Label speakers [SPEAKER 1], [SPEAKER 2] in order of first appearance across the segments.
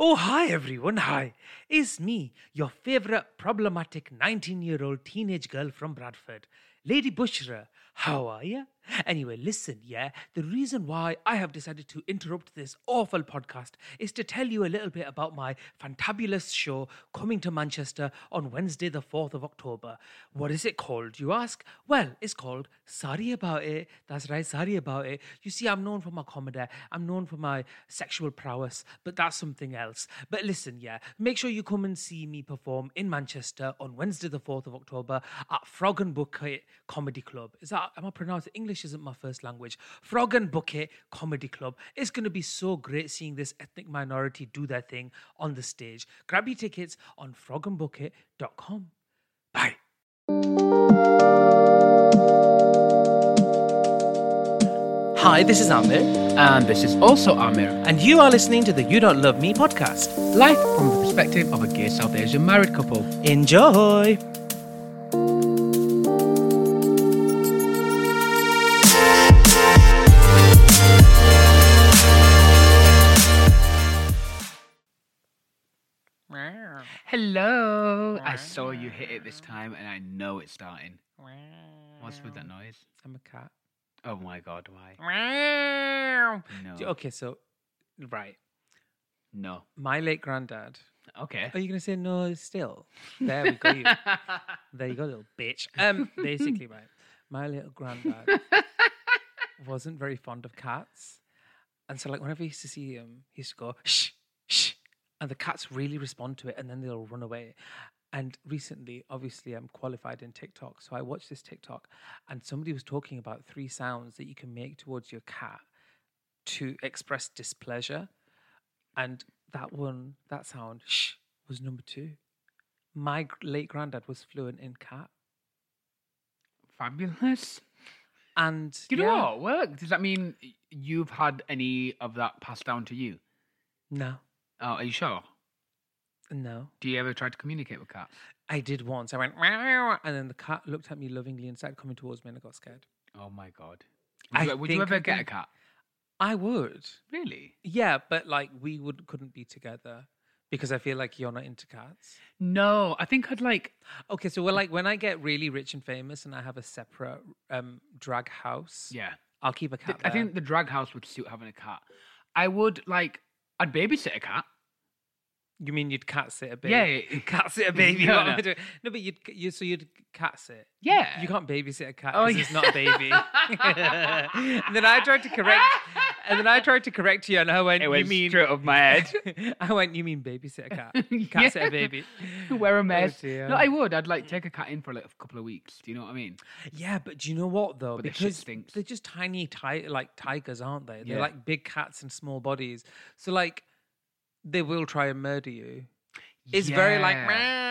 [SPEAKER 1] Oh, hi everyone, hi. It's me, your favorite problematic 19 year old teenage girl from Bradford, Lady Bushra. How are you? Anyway, listen, yeah, the reason why I have decided to interrupt this awful podcast is to tell you a little bit about my fantabulous show coming to Manchester on Wednesday, the 4th of October. What is it called, you ask? Well, it's called Sorry About It. That's right, Sorry About It. You see, I'm known for my comedy, I'm known for my sexual prowess, but that's something else. But listen, yeah, make sure you come and see me perform in Manchester on Wednesday, the 4th of October at Frog and Bucket Comedy Club. Is that, am I pronouncing English? English isn't my first language. Frog and Bucket Comedy Club. It's going to be so great seeing this ethnic minority do their thing on the stage. Grab your tickets on frogandbucket.com. Bye.
[SPEAKER 2] Hi, this is Amir,
[SPEAKER 3] And this is also Amir.
[SPEAKER 1] and you are listening to the You Don't Love Me podcast.
[SPEAKER 3] Life from the perspective of a gay South Asian married couple.
[SPEAKER 1] Enjoy.
[SPEAKER 3] Hello. I saw you hit it this time and I know it's starting. What's with that noise?
[SPEAKER 1] I'm a cat.
[SPEAKER 3] Oh my god, why? No.
[SPEAKER 1] Okay, so, right.
[SPEAKER 3] No.
[SPEAKER 1] My late granddad.
[SPEAKER 3] Okay.
[SPEAKER 1] Are you going to say no still? There we go. You. There you go, little bitch. Um, basically, right, my little granddad wasn't very fond of cats, and so like whenever he used to see him, he used to go shh shh, and the cats really respond to it, and then they'll run away. And recently, obviously, I'm qualified in TikTok, so I watched this TikTok, and somebody was talking about three sounds that you can make towards your cat to express displeasure, and that one, that sound shh, was number two. My gr- late granddad was fluent in cat.
[SPEAKER 3] Fabulous.
[SPEAKER 1] And
[SPEAKER 3] Do you know
[SPEAKER 1] yeah.
[SPEAKER 3] what worked? Does that mean y- you've had any of that passed down to you?
[SPEAKER 1] No,
[SPEAKER 3] Oh, are you sure?
[SPEAKER 1] no.
[SPEAKER 3] Do you ever try to communicate with cats?
[SPEAKER 1] I did once. I went, "Meow," and then the cat looked at me lovingly and started coming towards me, and I got scared.
[SPEAKER 3] Oh my god. Would
[SPEAKER 1] I
[SPEAKER 3] you, would you
[SPEAKER 1] think
[SPEAKER 3] ever
[SPEAKER 1] I
[SPEAKER 3] get a
[SPEAKER 1] think-
[SPEAKER 3] cat?
[SPEAKER 1] I would,
[SPEAKER 3] Really?
[SPEAKER 1] yeah, but like we would couldn't be together because I feel like you're not into cats.
[SPEAKER 3] No, I think I'd like.
[SPEAKER 1] Okay, so we're like when I get really rich and famous and I have a separate um, drag house,
[SPEAKER 3] Yeah.
[SPEAKER 1] I'll keep a
[SPEAKER 3] Th-
[SPEAKER 1] cat.
[SPEAKER 3] I
[SPEAKER 1] there.
[SPEAKER 3] think the drag house would suit having a cat. I would like. I'd babysit a cat.
[SPEAKER 1] you mean you'd cat sit a baby.
[SPEAKER 3] Yeah, yeah.
[SPEAKER 1] cat sit a baby.
[SPEAKER 3] No,
[SPEAKER 1] what am I
[SPEAKER 3] no.
[SPEAKER 1] doing? no but you'd you so you'd cat sit.
[SPEAKER 3] Yeah.
[SPEAKER 1] You can't babysit a cat
[SPEAKER 3] Oh,
[SPEAKER 1] because
[SPEAKER 3] yeah.
[SPEAKER 1] it's not a baby. and then I tried to correct and then I tried to correct you and I went, you mean
[SPEAKER 3] up my head.
[SPEAKER 1] I went, you mean babysit a cat. Cat
[SPEAKER 3] Yeah.
[SPEAKER 1] sit a baby. Oh,
[SPEAKER 3] Wear a mess.
[SPEAKER 1] dear.
[SPEAKER 3] no, I would. I'd like take a cat in for like a couple of weeks. Do you know what I mean?
[SPEAKER 1] Yeah, but do you know what though?
[SPEAKER 3] But their shit
[SPEAKER 1] because
[SPEAKER 3] stinks.
[SPEAKER 1] they're just tiny ti- like tigers, aren't they? They're
[SPEAKER 3] Yeah.
[SPEAKER 1] like big cats in small bodies. So like they will try and murder you. It's very like,
[SPEAKER 3] Yeah.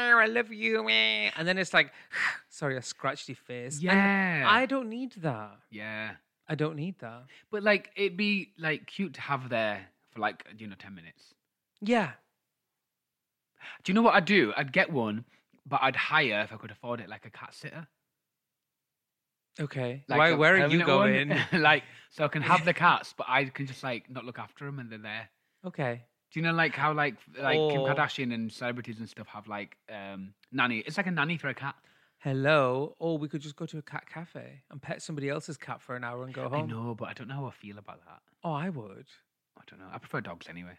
[SPEAKER 1] "Meow, I love you, meow," and then it's like, sorry, I scratched your face. And
[SPEAKER 3] Yeah.
[SPEAKER 1] I don't need that.
[SPEAKER 3] Yeah.
[SPEAKER 1] I don't need that.
[SPEAKER 3] But like, it'd be like cute to have there for like you know ten minutes.
[SPEAKER 1] Yeah.
[SPEAKER 3] Do you know what I'd do? I'd get one, but I'd hire if I could afford it, like a cat sitter.
[SPEAKER 1] Okay.
[SPEAKER 3] Like
[SPEAKER 1] Why?
[SPEAKER 3] a
[SPEAKER 1] Where are you going?
[SPEAKER 3] permanent one. like, so I can have the cats, but I can just like not look after them, and they're there.
[SPEAKER 1] okay.
[SPEAKER 3] Do you know like how like like Kim
[SPEAKER 1] Or-
[SPEAKER 3] Kardashian and celebrities and stuff have like um nanny? It's like a nanny for a cat.
[SPEAKER 1] Hello. Or we could just go to a cat cafe and pet somebody else's cat for an hour and go
[SPEAKER 3] I
[SPEAKER 1] home.
[SPEAKER 3] know, but I don't know how I feel about that.
[SPEAKER 1] Oh, I would.
[SPEAKER 3] I don't know. I prefer dogs anyway.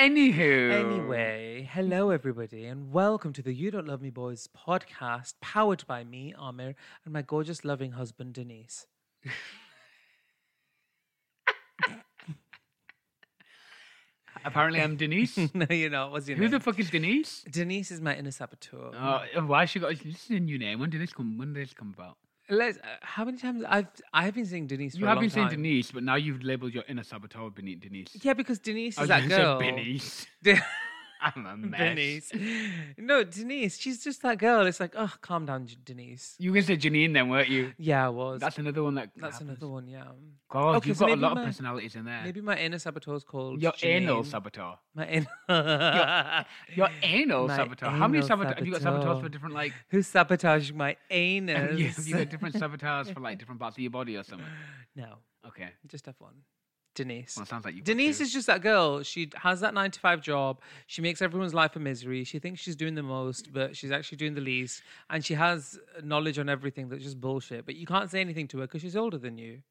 [SPEAKER 3] Anywho.
[SPEAKER 1] Anyway, hello everybody, and welcome to the You Don't Love Me Boys podcast, powered by me, Amir, and my gorgeous, loving husband, Denise.
[SPEAKER 3] Apparently, I'm Denise.
[SPEAKER 1] no, you're not. What's your
[SPEAKER 3] Who
[SPEAKER 1] name?
[SPEAKER 3] the fuck is Denise?
[SPEAKER 1] Denise is my inner saboteur.
[SPEAKER 3] Uh, why she got this is a new name. When did this come? When did this come about?
[SPEAKER 1] Let's. Uh, how many times I've I've been saying Denise for
[SPEAKER 3] You
[SPEAKER 1] a
[SPEAKER 3] have
[SPEAKER 1] long
[SPEAKER 3] been saying
[SPEAKER 1] time.
[SPEAKER 3] Denise, but now you've labelled your inner saboteur Benny Denise. Oh,
[SPEAKER 1] Yeah, because Denise
[SPEAKER 3] I
[SPEAKER 1] is
[SPEAKER 3] was
[SPEAKER 1] that
[SPEAKER 3] gonna say
[SPEAKER 1] girl.
[SPEAKER 3] Benny's.
[SPEAKER 1] De-
[SPEAKER 3] I'm a mess.
[SPEAKER 1] Denise. No, Denise. She's just that girl. It's like, oh, calm down, J- Denise.
[SPEAKER 3] You were gonna say Janine then, weren't you?
[SPEAKER 1] Yeah, I was.
[SPEAKER 3] That's another one that.
[SPEAKER 1] That's
[SPEAKER 3] happens.
[SPEAKER 1] another one. Yeah.
[SPEAKER 3] God,
[SPEAKER 1] Okay,
[SPEAKER 3] you've
[SPEAKER 1] so
[SPEAKER 3] got
[SPEAKER 1] maybe
[SPEAKER 3] a lot
[SPEAKER 1] my-
[SPEAKER 3] of personalities in there.
[SPEAKER 1] Maybe my inner saboteur is called
[SPEAKER 3] your anal
[SPEAKER 1] Janine.
[SPEAKER 3] saboteur.
[SPEAKER 1] My anal.
[SPEAKER 3] Your anal
[SPEAKER 1] My
[SPEAKER 3] saboteur. How many
[SPEAKER 1] anal
[SPEAKER 3] saboteur? Have you got saboteurs
[SPEAKER 1] saboteur.
[SPEAKER 3] for different like?
[SPEAKER 1] Who sabotaged my
[SPEAKER 3] Have you, have
[SPEAKER 1] anus?
[SPEAKER 3] you got different saboteurs for like different parts of your body or something?
[SPEAKER 1] no,
[SPEAKER 3] Okay.
[SPEAKER 1] just have one. Denise.
[SPEAKER 3] Well, it sounds like you.
[SPEAKER 1] Denise is just that girl. She has that nine to five job. She makes everyone's life a misery. She thinks she's doing the most, but she's actually doing the least. And she has knowledge on everything that's just bullshit. But you can't say anything to her because she's older than you.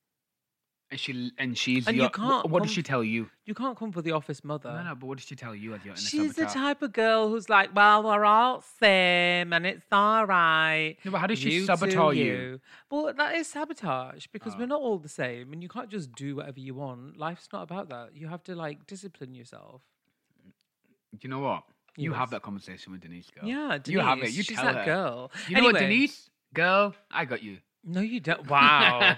[SPEAKER 3] and she and she's.
[SPEAKER 1] And you
[SPEAKER 3] your, wh-
[SPEAKER 1] can't
[SPEAKER 3] What does she
[SPEAKER 1] comp-
[SPEAKER 3] tell you?
[SPEAKER 1] You can't come for the office mother.
[SPEAKER 3] No, no. But what does she tell you as your inner
[SPEAKER 1] She's the
[SPEAKER 3] saboteur?
[SPEAKER 1] type of girl who's like, well, we're all same and it's all right.
[SPEAKER 3] No, but how does she
[SPEAKER 1] two,
[SPEAKER 3] sabotage you?
[SPEAKER 1] Well, that is sabotage because
[SPEAKER 3] Oh.
[SPEAKER 1] we're not all the same and you can't just do whatever you want. Life's not about that. You have to like discipline yourself.
[SPEAKER 3] Do you know what? You have
[SPEAKER 1] Yes.
[SPEAKER 3] that conversation with Denise, girl.
[SPEAKER 1] Yeah, Denise.
[SPEAKER 3] you have it. You
[SPEAKER 1] she's
[SPEAKER 3] tell
[SPEAKER 1] that
[SPEAKER 3] her.
[SPEAKER 1] girl.
[SPEAKER 3] You know what,
[SPEAKER 1] Anyway,
[SPEAKER 3] Denise? Girl, I got you.
[SPEAKER 1] No, you don't. Wow.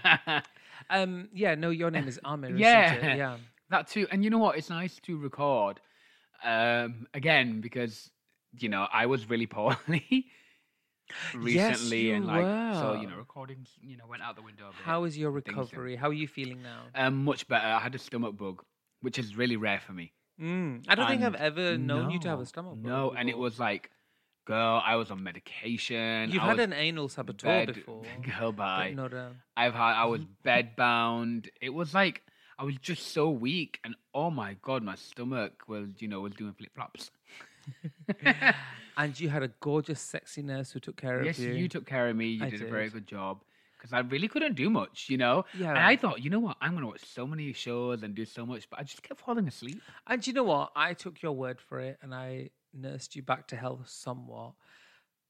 [SPEAKER 1] um. Yeah. No, your name is Amir. isn't it?
[SPEAKER 3] Yeah.
[SPEAKER 1] Yeah.
[SPEAKER 3] that too. And you know what? It's nice to record um, again because you know I was really poorly recently,
[SPEAKER 1] you
[SPEAKER 3] and like so you
[SPEAKER 1] were.
[SPEAKER 3] know recordings you know went out the window. a bit.
[SPEAKER 1] How is your
[SPEAKER 3] Things and-
[SPEAKER 1] recovery? How are you feeling now?
[SPEAKER 3] Um, much better. I had a stomach bug, which is really rare for me.
[SPEAKER 1] Mm. I don't think I've
[SPEAKER 3] And
[SPEAKER 1] ever known you to have
[SPEAKER 3] no,
[SPEAKER 1] a stomach. bug
[SPEAKER 3] No, and it
[SPEAKER 1] before.
[SPEAKER 3] was like, girl, I was on medication.
[SPEAKER 1] You've
[SPEAKER 3] I
[SPEAKER 1] had
[SPEAKER 3] was
[SPEAKER 1] an anal saboteur
[SPEAKER 3] bed-
[SPEAKER 1] before.
[SPEAKER 3] Girl, bye.
[SPEAKER 1] But not a.
[SPEAKER 3] I've had I was
[SPEAKER 1] Mm-hmm.
[SPEAKER 3] bedbound. It was like I was just so weak and oh my god, my stomach was, you know, was doing flip flops.
[SPEAKER 1] And you had a gorgeous, sexy nurse who took care
[SPEAKER 3] Yes,
[SPEAKER 1] of you.
[SPEAKER 3] you took care of me. You
[SPEAKER 1] I
[SPEAKER 3] did, a very
[SPEAKER 1] did.
[SPEAKER 3] good job. Because I really couldn't do much, you know? And
[SPEAKER 1] Yeah.
[SPEAKER 3] I thought, you know what, I'm gonna watch so many shows and do so much, but I just kept falling asleep.
[SPEAKER 1] and you know what? I took your word for it, and I nursed you back to health somewhat.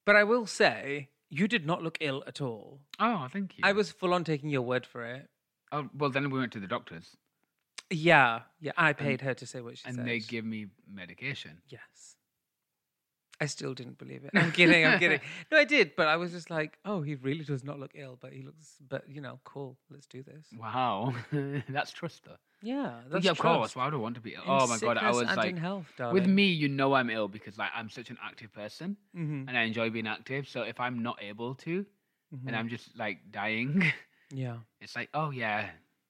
[SPEAKER 1] But I will say, you did not look ill at all.
[SPEAKER 3] Oh, thank you.
[SPEAKER 1] I was full on taking your word for it.
[SPEAKER 3] oh, well then we went to the doctors
[SPEAKER 1] Yeah, yeah. I paid her to say what she
[SPEAKER 3] and
[SPEAKER 1] said.
[SPEAKER 3] they give me medication.
[SPEAKER 1] yes. I still didn't believe it. I'm kidding. I'm kidding. No, I did, but I was just like, oh, he really does not look ill, but he looks, but you know, cool. Let's do this.
[SPEAKER 3] Wow. That's trust though.
[SPEAKER 1] Yeah,
[SPEAKER 3] But
[SPEAKER 1] that's
[SPEAKER 3] yeah, of course.
[SPEAKER 1] trust.
[SPEAKER 3] Why would I want to be ill?
[SPEAKER 1] In
[SPEAKER 3] Oh my god, I
[SPEAKER 1] sickness
[SPEAKER 3] was
[SPEAKER 1] and
[SPEAKER 3] like
[SPEAKER 1] in health,
[SPEAKER 3] with
[SPEAKER 1] darling.
[SPEAKER 3] me, you know I'm ill because like I'm such an active person.
[SPEAKER 1] Mhm,
[SPEAKER 3] and I enjoy being active. So if I'm not able to,
[SPEAKER 1] mhm.
[SPEAKER 3] and I'm just like dying,
[SPEAKER 1] yeah,
[SPEAKER 3] it's like, oh yeah,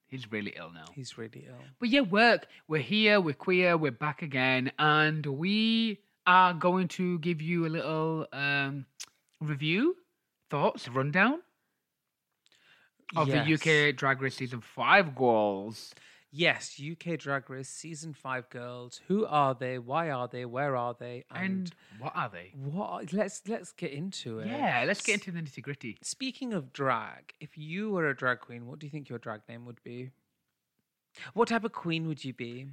[SPEAKER 3] he's really ill now.
[SPEAKER 1] he's really ill.
[SPEAKER 3] But yeah, work. We're here. We're queer. We're back again, and we are going to give you a little um, review, thoughts, rundown of the UK Drag Race season five goals.
[SPEAKER 1] Yes, UK Drag Race season five girls. Who are they? Why are they? Where are they?
[SPEAKER 3] And, what are they?
[SPEAKER 1] what? Let's let's get into it.
[SPEAKER 3] Yeah, let's get
[SPEAKER 1] S-
[SPEAKER 3] into the nitty gritty.
[SPEAKER 1] Speaking of drag, if you were a drag queen, what do you think your drag name would be? What type of queen would you be?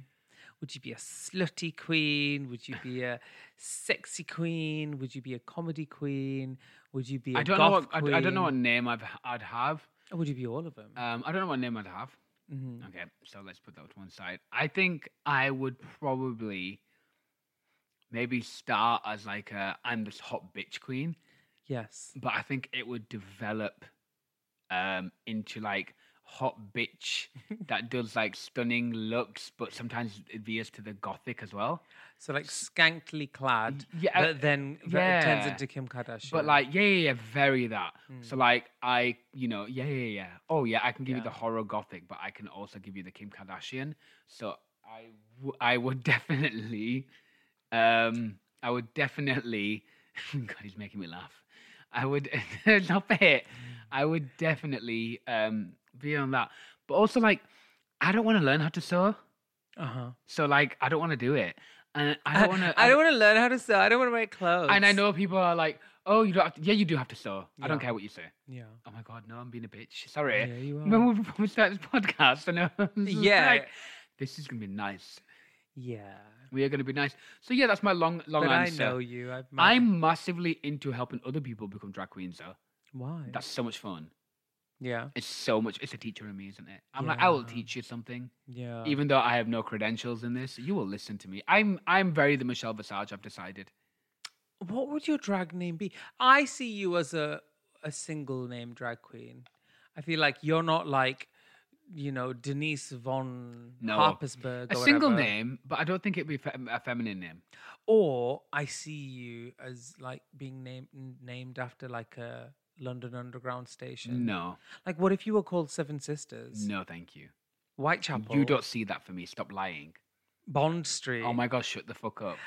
[SPEAKER 1] Would you be a slutty queen? Would you be a sexy queen? Would you be a comedy queen? Would you be a
[SPEAKER 3] I don't know.
[SPEAKER 1] goth
[SPEAKER 3] What, I, I don't know what
[SPEAKER 1] queen?
[SPEAKER 3] name I've, I'd have.
[SPEAKER 1] Or would you be all of them?
[SPEAKER 3] Um, I don't know what name I'd have.
[SPEAKER 1] Mhm.
[SPEAKER 3] Okay, so let's put that to one side. I think I would probably maybe start as like a I'm this hot bitch queen,
[SPEAKER 1] Yes.
[SPEAKER 3] but I think it would develop um into like hot bitch that does like stunning looks, but sometimes it veers to the gothic as well.
[SPEAKER 1] So like skankly clad,
[SPEAKER 3] yeah, uh,
[SPEAKER 1] but then yeah. turns
[SPEAKER 3] yeah.
[SPEAKER 1] into Kim Kardashian.
[SPEAKER 3] But like yeah, yeah, yeah, very that. So like I, you know, yeah, yeah, yeah. Oh yeah, I can give you the
[SPEAKER 1] Hmm. Yeah.
[SPEAKER 3] horror gothic, but I can also give you the Kim Kardashian. So I, w- I would definitely, um, I would definitely. God, he's making me laugh. I would stop it. I would definitely um be on that. But also like, I don't want to learn how to sew.
[SPEAKER 1] uh-huh.
[SPEAKER 3] So like, I don't want to do it. And I
[SPEAKER 1] I
[SPEAKER 3] don't want to.
[SPEAKER 1] I don't want to learn how to sew. I don't want to wear clothes.
[SPEAKER 3] And I know people are like, oh, you don't have to. Yeah, you do have to sew. I don't
[SPEAKER 1] Yeah.
[SPEAKER 3] care what you say.
[SPEAKER 1] Yeah.
[SPEAKER 3] Oh my God, no, I'm being a bitch. Sorry.
[SPEAKER 1] Yeah, you
[SPEAKER 3] Remember
[SPEAKER 1] are.
[SPEAKER 3] when we started this podcast? And I was just
[SPEAKER 1] Yeah.
[SPEAKER 3] like, this is going to be nice.
[SPEAKER 1] Yeah.
[SPEAKER 3] We are going to be nice. So yeah, that's my long, long
[SPEAKER 1] but
[SPEAKER 3] answer.
[SPEAKER 1] I know you. I've met-
[SPEAKER 3] I'm massively into helping other people become drag queens, though.
[SPEAKER 1] Why?
[SPEAKER 3] That's so much fun.
[SPEAKER 1] yeah.
[SPEAKER 3] It's so much. It's a teacher in me, isn't it? I'm like, I will
[SPEAKER 1] Yeah. Uh,
[SPEAKER 3] teach you something,
[SPEAKER 1] Yeah.
[SPEAKER 3] even though I have no credentials in this. You will listen to me. I'm, I'm very the Michelle Visage. I've decided.
[SPEAKER 1] what would your drag name be? I see you as a a single name drag queen. I feel like you're not like, you know, Denise von
[SPEAKER 3] No.
[SPEAKER 1] Harpersberg.
[SPEAKER 3] A
[SPEAKER 1] or
[SPEAKER 3] single
[SPEAKER 1] whatever.
[SPEAKER 3] name, but I don't think it'd be fe- a feminine name.
[SPEAKER 1] Or I see you as like being named named after like a London Underground station.
[SPEAKER 3] No,
[SPEAKER 1] Like, what if you were called Seven Sisters?
[SPEAKER 3] no, thank you.
[SPEAKER 1] Whitechapel.
[SPEAKER 3] You don't see that for me. Stop lying.
[SPEAKER 1] Bond Street.
[SPEAKER 3] Oh my gosh, shut the fuck up.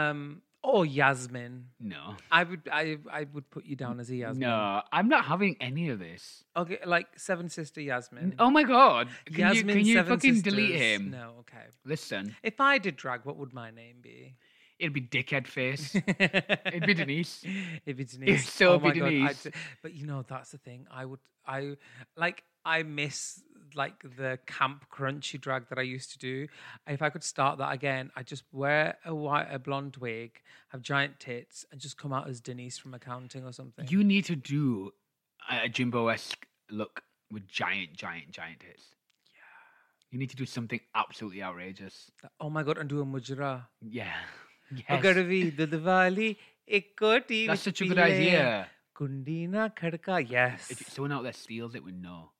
[SPEAKER 1] Um. Or Yasmin.
[SPEAKER 3] No,
[SPEAKER 1] I would. I. I would put you down as a Yasmin.
[SPEAKER 3] no, I'm not having any of this.
[SPEAKER 1] Okay. Like Seven Sister Yasmin.
[SPEAKER 3] Oh my god, can
[SPEAKER 1] Yasmin.
[SPEAKER 3] you can you
[SPEAKER 1] Seven
[SPEAKER 3] fucking delete
[SPEAKER 1] Sisters.
[SPEAKER 3] him?
[SPEAKER 1] No. Okay.
[SPEAKER 3] Listen,
[SPEAKER 1] If I did drag, what would my name be?
[SPEAKER 3] it'd be dickhead face.
[SPEAKER 1] It'd
[SPEAKER 3] it'd be Denise.
[SPEAKER 1] It'd be Denise.
[SPEAKER 3] so
[SPEAKER 1] oh
[SPEAKER 3] be
[SPEAKER 1] my God, I'd
[SPEAKER 3] Denise.
[SPEAKER 1] say- but you know, that's the thing. I would. I like. I miss like the camp crunchy drag that I used to do. If I could start that again, I'd just wear a white, a blonde wig, have giant tits, and just come out as Denise from accounting or something.
[SPEAKER 3] You need to do a Jimbo esque look with giant, giant, giant hits. You need to do something absolutely outrageous.
[SPEAKER 1] oh my god, and do a mujra.
[SPEAKER 3] Yeah.
[SPEAKER 1] Yes.
[SPEAKER 3] Yes.
[SPEAKER 1] the Diwali, ikkoti
[SPEAKER 3] That's such a good idea.
[SPEAKER 1] Kundina khadka. Yes.
[SPEAKER 3] If someone out there steals it, we know.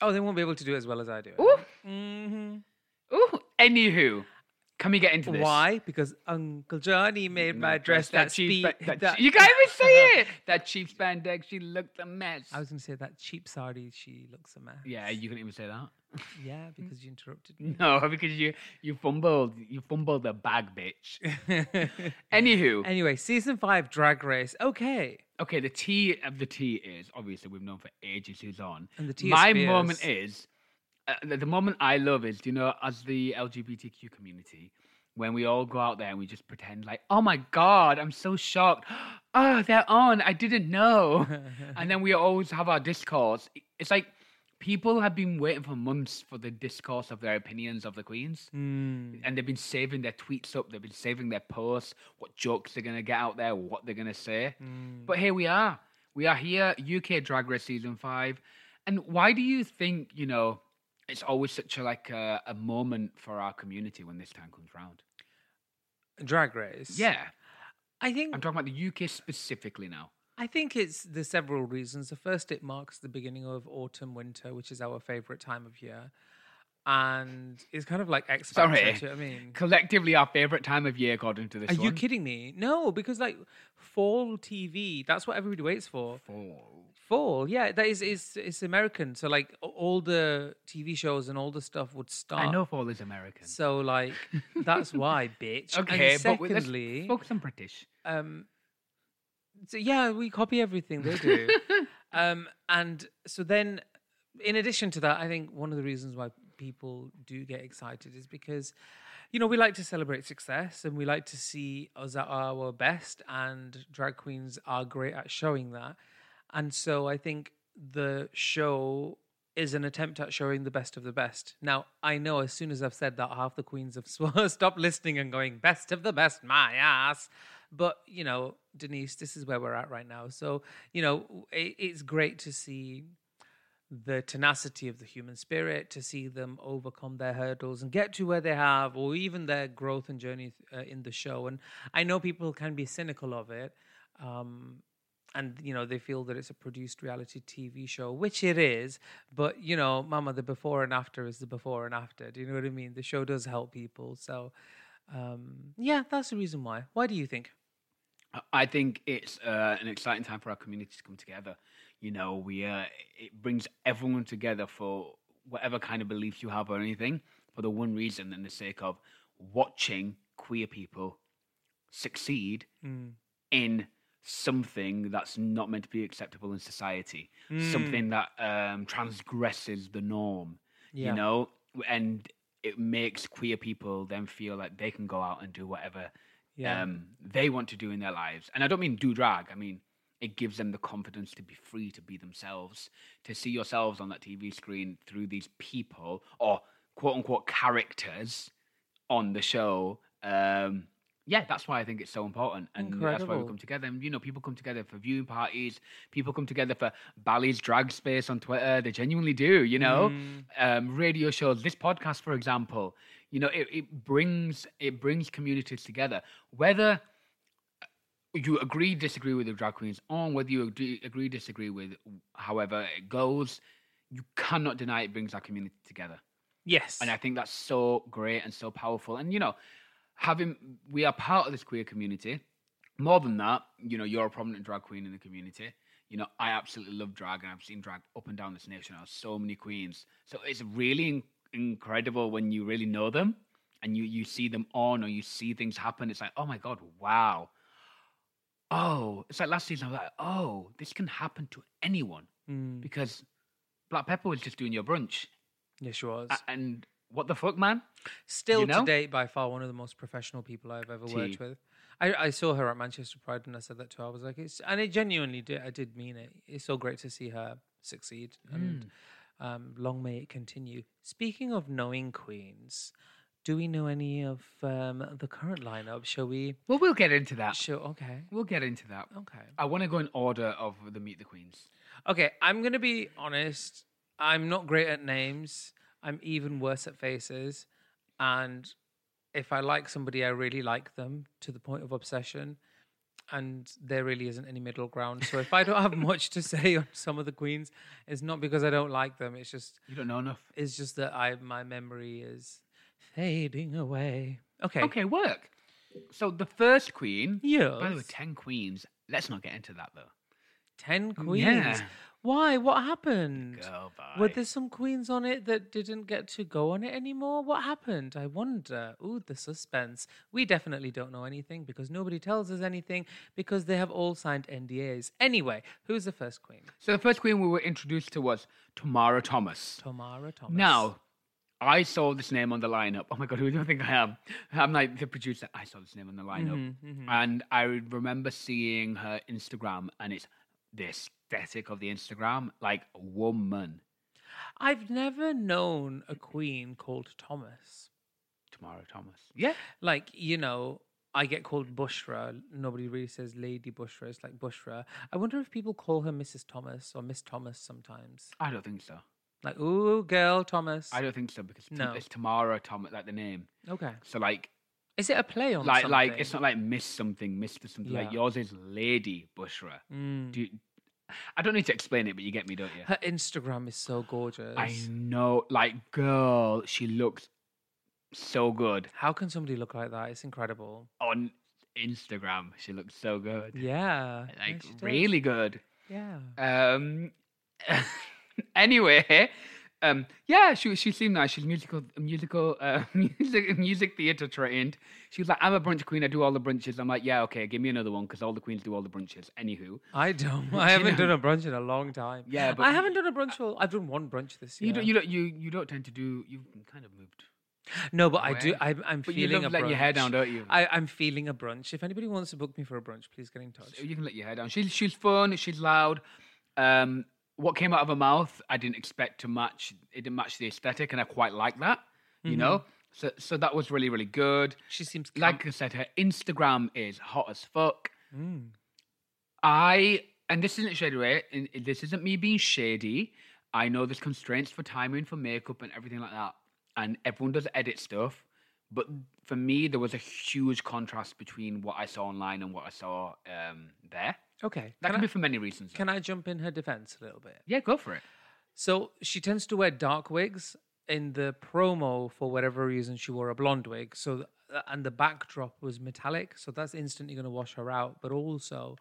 [SPEAKER 1] Oh, they won't be able to do it as well as I do.
[SPEAKER 3] Ooh,
[SPEAKER 1] Mm-hmm.
[SPEAKER 3] ooh. Anywho, can we get into this?
[SPEAKER 1] Why? Because Uncle Johnny made my dress that cheap.
[SPEAKER 3] ba- that che- you can't even say it. That cheap spandex. She looked a mess.
[SPEAKER 1] I was going to say that cheap sari. She looks a mess.
[SPEAKER 3] yeah, you couldn't even say that.
[SPEAKER 1] yeah, because you interrupted me.
[SPEAKER 3] No, because you you fumbled. You fumbled the bag, bitch. Anywho,
[SPEAKER 1] anyway, season five, Drag Race. Okay,
[SPEAKER 3] Okay, the tea of the tea is obviously we've known for ages who's on.
[SPEAKER 1] And the tea is
[SPEAKER 3] My moment
[SPEAKER 1] fierce.
[SPEAKER 3] is uh, the, the moment I love is, you know, as the LGBTQ community, when we all go out there and we just pretend like, oh my god, I'm so shocked. Oh, they're on. I didn't know. and then we always have our discourse. It's like people have been waiting for months for the discourse of their opinions of the queens
[SPEAKER 1] Hmm. Mm.
[SPEAKER 3] and they've been saving their tweets up. They've been saving their posts, what jokes they're gonna get out there, what they're gonna say.
[SPEAKER 1] Mm.
[SPEAKER 3] But here we are. We are here, UK Drag Race season five. And why do you think you know it's always such a like a, a moment for our community when this time comes round?
[SPEAKER 1] Drag Race.
[SPEAKER 3] Yeah,
[SPEAKER 1] I think
[SPEAKER 3] I'm talking about the UK specifically now.
[SPEAKER 1] I think it's there's several reasons. The first, it marks the beginning of autumn winter, which is our favorite time of year, and it's kind of like X Factor.
[SPEAKER 3] Sorry.
[SPEAKER 1] do you know what I mean?
[SPEAKER 3] Collectively, our favorite time of year according to this.
[SPEAKER 1] Are you
[SPEAKER 3] one.
[SPEAKER 1] kidding me? No, because like fall TV, that's what everybody waits for.
[SPEAKER 3] Fall.
[SPEAKER 1] Fall, yeah, that is is it's American. So like a- all the TV shows and all the stuff would start.
[SPEAKER 3] I know fall is American.
[SPEAKER 1] So like that's why, bitch.
[SPEAKER 3] okay,
[SPEAKER 1] And
[SPEAKER 3] but we- let's
[SPEAKER 1] secondly,
[SPEAKER 3] focus on British.
[SPEAKER 1] um, so yeah, we copy everything they do. um, and so then, in addition to that, I think one of the reasons why people do get excited is because, you know, we like to celebrate success and we like to see us at our best, and drag queens are great at showing that. And so I think the show is an attempt at showing the best of the best. Now, I know as soon as I've said that, half the queens have sw- stopped listening and going, best of the best, my ass. But, you know, Denise, this is where we're at right now. So, you know, it, it's great to see the tenacity of the human spirit, to see them overcome their hurdles and get to where they have, or even their growth and journey uh, in the show. And I know people can be cynical of it. Um, and you know they feel that it's a produced reality TV show, which it is. But you know, Mama, the before and after is the before and after. Do you know what I mean? The show does help people, so um, yeah, that's the reason why. Why do you think?
[SPEAKER 3] I- I think it's uh, an exciting time for our community to come together. You know, we uh, it brings everyone together for whatever kind of beliefs you have or anything for the one reason and the sake of watching queer people succeed
[SPEAKER 1] Hmm,
[SPEAKER 3] in something that's not meant to be acceptable in society, something that um, transgresses the norm.
[SPEAKER 1] Yeah.
[SPEAKER 3] You know, and it makes queer people then feel like they can go out and do whatever
[SPEAKER 1] Yeah.
[SPEAKER 3] um, they want to do in their lives. And I don't mean do drag. I mean it gives them the confidence to be free to be themselves, to see yourselves on that TV screen through these people or quote unquote characters on the show. Um, yeah, that's why I think it's so important, and that's why we
[SPEAKER 1] Incredible.
[SPEAKER 3] come together. And you know, people come together for viewing parties. People come together for Bally's drag space on Twitter. They genuinely do. You know, um, radio shows, this podcast, for example. You know, it, it brings it brings communities together. Whether you agree, disagree with the drag queens on whether you agree, agree, disagree with however it goes, you cannot deny it brings our community together.
[SPEAKER 1] Yes.
[SPEAKER 3] And I think that's so great and so powerful. And you know, having we are part of this queer community. More than that, you know, you're a prominent drag queen in the community. You know, I absolutely love drag, and I've seen drag up and down this nation. I know so many queens. So it's really in- incredible when you really know them and you you see them on or you see things happen. It's like, oh my god, wow. Oh, it's like last season. I was like, oh, this can happen to anyone
[SPEAKER 1] Mm,
[SPEAKER 3] because Black Pepper was just doing your brunch,
[SPEAKER 1] yes, she was.
[SPEAKER 3] A- and what the fuck, man?
[SPEAKER 1] Still
[SPEAKER 3] you know?
[SPEAKER 1] to date, by far one of the most professional people I've ever
[SPEAKER 3] Tea.
[SPEAKER 1] worked with. I, I saw her at Manchester Pride, and I said that to her. I was like, it's, and it genuinely did. I did mean it. It's so great to see her succeed, and
[SPEAKER 3] Mm.
[SPEAKER 1] um, long may it continue. Speaking of knowing queens, do we know any of um, the current lineup? Shall we?
[SPEAKER 3] Well, we'll get into that.
[SPEAKER 1] Sure. Oh. Okay.
[SPEAKER 3] We'll get into that.
[SPEAKER 1] Okay.
[SPEAKER 3] I want to go in order of the Meet the Queens.
[SPEAKER 1] Okay, I'm gonna be honest. I'm not great at names. I'm even worse at faces. And if I like somebody, I really like them to the point of obsession. And there really isn't any middle ground. So if I don't have much to say on some of the queens, it's not because I don't like them. It's just
[SPEAKER 3] You don't know enough.
[SPEAKER 1] it's just that I my memory is fading away. Okay.
[SPEAKER 3] Okay, work. So the first queen. By the way,
[SPEAKER 1] Yes.
[SPEAKER 3] ten queens. Let's not get into that though.
[SPEAKER 1] Ten queens.
[SPEAKER 3] Yeah.
[SPEAKER 1] Why? What happened?
[SPEAKER 3] Girl, bye.
[SPEAKER 1] Were there some queens on it that didn't get to go on it anymore? What happened? I wonder. Ooh, the suspense. We definitely don't know anything because nobody tells us anything because they have all signed NDAs. Anyway, who's the first queen?
[SPEAKER 3] So the first queen we were introduced to was Tamara Thomas.
[SPEAKER 1] Tamara Thomas.
[SPEAKER 3] Now, I saw this name on the lineup. Oh my god, who do you think I am? I'm like the producer. I saw this name on the lineup,
[SPEAKER 1] Mm-hmm.
[SPEAKER 3] and I remember seeing her Instagram, and it's the aesthetic of the Instagram, like a woman.
[SPEAKER 1] I've never known a queen called Thomas.
[SPEAKER 3] Tamara Thomas. Yeah.
[SPEAKER 1] Like, you know, I get called Bushra. Nobody really says Lady Bushra. It's like Bushra. I wonder if people call her Mrs. Thomas or Miss Thomas sometimes.
[SPEAKER 3] I don't think so.
[SPEAKER 1] Like, ooh, girl Thomas.
[SPEAKER 3] I don't think so because Tam-
[SPEAKER 1] No.
[SPEAKER 3] it's Tamara Thomas, like the name.
[SPEAKER 1] okay.
[SPEAKER 3] So like,
[SPEAKER 1] Is it a play on
[SPEAKER 3] like,
[SPEAKER 1] something?
[SPEAKER 3] like it's not like Miss something, Mister something. Like
[SPEAKER 1] Yeah.
[SPEAKER 3] yours is Lady Bushra.
[SPEAKER 1] Mm.
[SPEAKER 3] Do you, I don't need to explain it, but you get me, don't you?
[SPEAKER 1] Her Instagram is so gorgeous.
[SPEAKER 3] I know, like, girl, she looks so good
[SPEAKER 1] How can somebody look like that? It's incredible.
[SPEAKER 3] on Instagram. She looks so good,
[SPEAKER 1] Yeah. yeah,
[SPEAKER 3] like
[SPEAKER 1] she does.
[SPEAKER 3] really good.
[SPEAKER 1] Yeah.
[SPEAKER 3] Um. anyway, um. Yeah, she she seemed nice. She's musical, musical, uh, music, music theater trained. She was like, "I'm a brunch queen. I do all the brunches." I'm like, "Yeah, okay, give me another one because all the queens do all the brunches." Anywho,
[SPEAKER 1] I don't. I haven't done a brunch in a long time.
[SPEAKER 3] Yeah, but
[SPEAKER 1] I
[SPEAKER 3] you-
[SPEAKER 1] haven't done a brunch for. I've done one brunch this year.
[SPEAKER 3] you don't, you don't, you you don't tend to do. You've kind of moved.
[SPEAKER 1] no, but I do.
[SPEAKER 3] away.
[SPEAKER 1] I'm, I'm
[SPEAKER 3] But you
[SPEAKER 1] feeling
[SPEAKER 3] love
[SPEAKER 1] a brunch.
[SPEAKER 3] letting your hair down, don't you?
[SPEAKER 1] I, I'm feeling a brunch. If anybody wants to book me for a brunch, please get in touch.
[SPEAKER 3] You can let your hair down. She's she's fun. She's loud. Um, what came out of her mouth, I didn't expect to match. It didn't match the aesthetic, and I quite like that. You know, so so that was really really good.
[SPEAKER 1] She seems
[SPEAKER 3] Like I said, her Instagram is hot as fuck.
[SPEAKER 1] Hmm.
[SPEAKER 3] I and this isn't shady. Right? and This isn't me being shady. I know there's constraints for timing for makeup and everything like that, and everyone does edit stuff. But for me, there was a huge contrast between what I saw online and what I saw um, there.
[SPEAKER 1] okay.
[SPEAKER 3] That
[SPEAKER 1] Can I,
[SPEAKER 3] can, be for many reasons. though.
[SPEAKER 1] can I jump in her defense a little bit?
[SPEAKER 3] yeah, go for it.
[SPEAKER 1] So she tends to wear dark wigs. In the promo, for whatever reason, she wore a blonde wig. So th- uh, and the backdrop was metallic. So that's instantly going to wash her out. But also,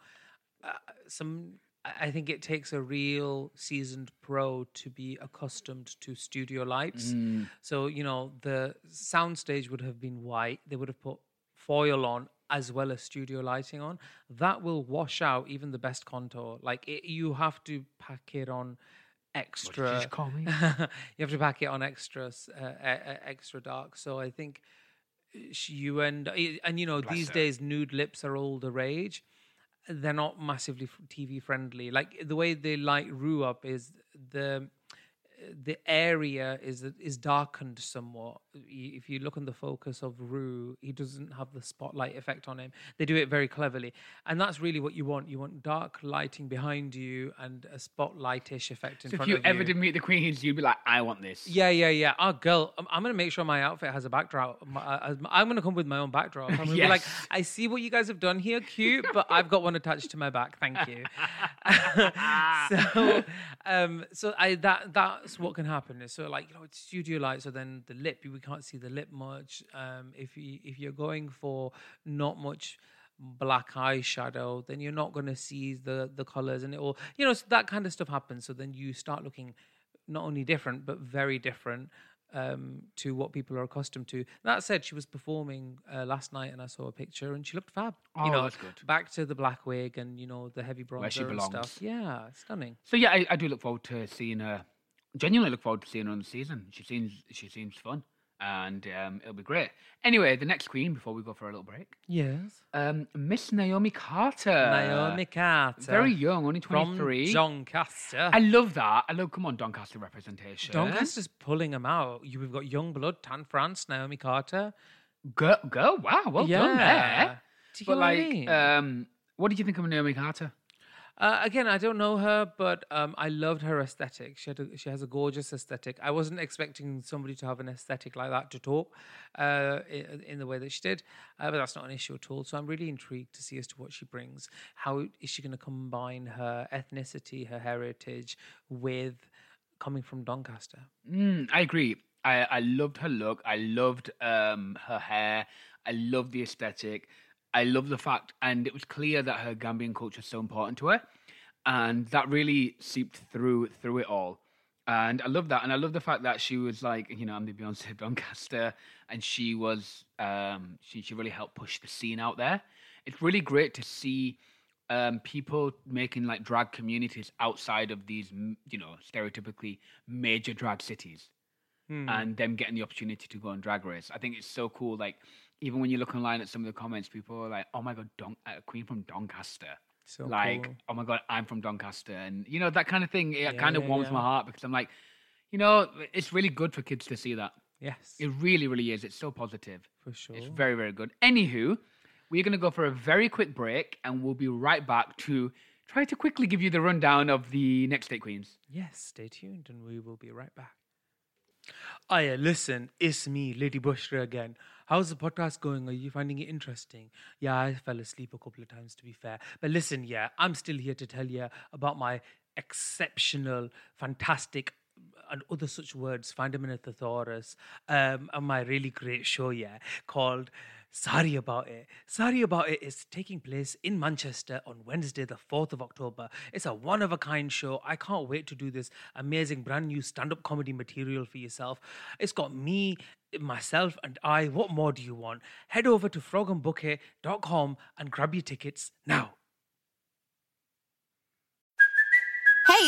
[SPEAKER 1] uh, some I I think it takes a real seasoned pro to be accustomed to studio lights. So you know the soundstage would have been white. They would have put foil on as well as studio lighting on. That will wash out even the best contour. Like it, you have to pack it on extra.
[SPEAKER 3] just call me?
[SPEAKER 1] you have to pack it on extra, s- uh, e- e- extra dark. So I think sh- you end i- and you know these days nude lips are all the rage. They're not massively f- TV friendly. Like the way they light Rue up is the the area is is darkened somewhat. Y- If you look in the focus of Rue, he doesn't have the spotlight effect on him. They do it very cleverly, and that's really what you want. You want dark lighting behind you and a spotlightish effect in
[SPEAKER 3] So if
[SPEAKER 1] front
[SPEAKER 3] you
[SPEAKER 1] of
[SPEAKER 3] ever
[SPEAKER 1] you.
[SPEAKER 3] did meet the Queens, you'd be like, I want this.
[SPEAKER 1] yeah, yeah, yeah. Oh, girl, I'm, I'm gonna make sure my outfit has a backdrop. My- uh, I'm gonna come with my own backdrop. I'm gonna be like,
[SPEAKER 3] Yes.
[SPEAKER 1] I see what you guys have done here, cute, but I've got one attached to my back. Thank you. so, um, so I that that's what can happen. So, like you know, it's studio light. So then the lip, we can't see the lip much. Um, if you if you're going for not much black eyeshadow, then you're not going to see the the colors and it all. You know, so that kind of stuff happens. So then you start looking not only different but very different um, to what people are accustomed to. That said, she was performing uh, last night, and I saw a picture, and she looked fab.
[SPEAKER 3] Oh,
[SPEAKER 1] you know,
[SPEAKER 3] that's good.
[SPEAKER 1] Back to the black wig and you know the heavy bronzer
[SPEAKER 3] she
[SPEAKER 1] and stuff.
[SPEAKER 3] belongs.
[SPEAKER 1] Yeah, stunning.
[SPEAKER 3] So yeah, I, I do look forward to seeing her. Genuinely look forward to seeing her on the season. She seems she seems fun, and um, it'll be great. Anyway, the next queen before we go for a little break,
[SPEAKER 1] Yes,
[SPEAKER 3] um, Miss Naomi Carter.
[SPEAKER 1] Naomi Carter,
[SPEAKER 3] very young, only twenty
[SPEAKER 1] from
[SPEAKER 3] three.
[SPEAKER 1] Doncaster.
[SPEAKER 3] I love that. I love. Come on, Doncaster representation.
[SPEAKER 1] Doncaster's pulling them out. You, we've got young blood, Tan France, Naomi Carter.
[SPEAKER 3] Girl, girl, wow, well done there.
[SPEAKER 1] Do you
[SPEAKER 3] But
[SPEAKER 1] know what I
[SPEAKER 3] like,
[SPEAKER 1] mean?
[SPEAKER 3] um, what did you think of Naomi Carter?
[SPEAKER 1] Uh, again, I don't know her, but um, I loved her aesthetic. She had a, she has a gorgeous aesthetic. I wasn't expecting somebody to have an aesthetic like that to talk uh, in, in the way that she did, uh, but that's not an issue at all. So I'm really intrigued to see as to what she brings. How is she going to combine her ethnicity, her heritage, with coming from Doncaster?
[SPEAKER 3] Mm, I agree. I, I loved her look. I loved um, her hair. I loved the aesthetic. I loved the fact, and it was clear that her Gambian culture is so important to her, and that really seeped through through it all. And I love that, and I love the fact that she was like, you know, I'm the Beyonce of Doncaster, and she was, um, she she really helped push the scene out there. It's really great to see um, people making like drag communities outside of these, m- you know, stereotypically major drag cities
[SPEAKER 1] Hmm.
[SPEAKER 3] and them getting the opportunity to go on drag race. I think it's so cool. Like, even when you look online at some of the comments, people are like, oh my God, Don- uh, Queen from Doncaster.
[SPEAKER 1] So
[SPEAKER 3] like,
[SPEAKER 1] cool.
[SPEAKER 3] oh my God, I'm from Doncaster. And, you know, that kind of thing. It kind of
[SPEAKER 1] yeah,
[SPEAKER 3] warms
[SPEAKER 1] yeah.
[SPEAKER 3] my heart because I'm like, you know, it's really good for kids to see that.
[SPEAKER 1] Yes,
[SPEAKER 3] It really, really is. It's so positive.
[SPEAKER 1] for sure.
[SPEAKER 3] It's very, very good. Anywho, we're going to go for a very quick break and we'll be right back to try to quickly give you the rundown of the next state queens.
[SPEAKER 1] Yes, stay tuned and we will be right back. Aya, listen, it's me, Lady Bushra again. How's the podcast going? Are you finding it interesting? Yeah, I fell asleep a couple of times to be fair. But listen, yeah, I'm still here to tell you about my exceptional, fantastic, and other such words, find them in a thesaurus, um, and my really great show, yeah, called Sorry About It. Sorry About It is taking place in Manchester on Wednesday, the 4th of October. It's a one of a kind show. I can't wait to do this amazing, brand new stand up comedy material for yourself. It's got me, myself, and I. What more do you want? Head over to frogandbouquet.com and grab your tickets now.
[SPEAKER 4] Hey,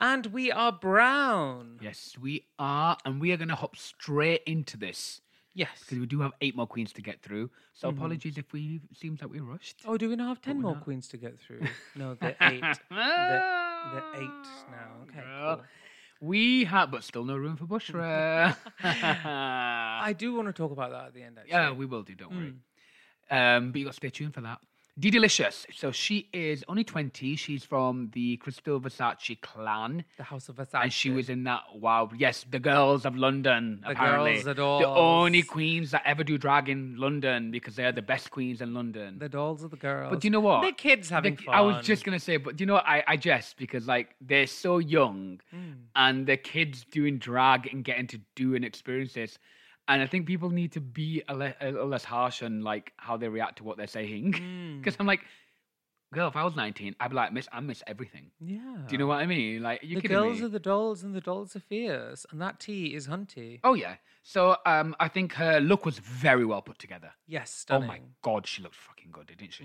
[SPEAKER 1] And we are brown.
[SPEAKER 3] Yes, we are. And we are going to hop straight into this
[SPEAKER 1] Yes.
[SPEAKER 3] because we do have eight more queens to get through. So apologies if we seems like we rushed.
[SPEAKER 1] Mm-hmm. Oh, do we not have ten more queens to get through? No, they're eight. they're, they're eight now. Okay.
[SPEAKER 3] Girl.
[SPEAKER 1] cool.
[SPEAKER 3] We have, but still no room for Bushra.
[SPEAKER 1] I do want to talk about that at the end. Actually.
[SPEAKER 3] Yeah, we will do. Don't
[SPEAKER 1] Mm.
[SPEAKER 3] worry. Um, but you got to stay tuned for that. D Delicious. So she is only twenty. She's from the Crystal Versace clan,
[SPEAKER 1] the House of Versace.
[SPEAKER 3] and she was in that. Wow. Yes, the girls of London.
[SPEAKER 1] The
[SPEAKER 3] apparently.
[SPEAKER 1] girls, the
[SPEAKER 3] the only
[SPEAKER 1] dolls.
[SPEAKER 3] queens that ever do drag in London because they are the best queens in London.
[SPEAKER 1] the dolls of the girls.
[SPEAKER 3] But do you know what?
[SPEAKER 1] The kids having
[SPEAKER 3] ki-
[SPEAKER 1] fun.
[SPEAKER 3] I was just gonna say, but do you know what? I, I jest because like they're
[SPEAKER 1] Mm.
[SPEAKER 3] so young, and the kids doing drag and getting to do and experience this. And I think people need to be a, le- a little less harsh on like how they react to what they're saying.
[SPEAKER 1] Mm.
[SPEAKER 3] Because I'm like, girl, if I was 19, I'd be like, miss, I miss everything.
[SPEAKER 1] Yeah.
[SPEAKER 3] Do you know what I mean? Like, you
[SPEAKER 1] the
[SPEAKER 3] kidding
[SPEAKER 1] girls
[SPEAKER 3] me?
[SPEAKER 1] are the dolls and the dolls are fierce, and that tea is hunty.
[SPEAKER 3] Oh yeah. So um, I think her look was very well put together.
[SPEAKER 1] Yes,
[SPEAKER 3] Oh
[SPEAKER 1] stunning. Mm.
[SPEAKER 3] my god, she looked fucking good, didn't she?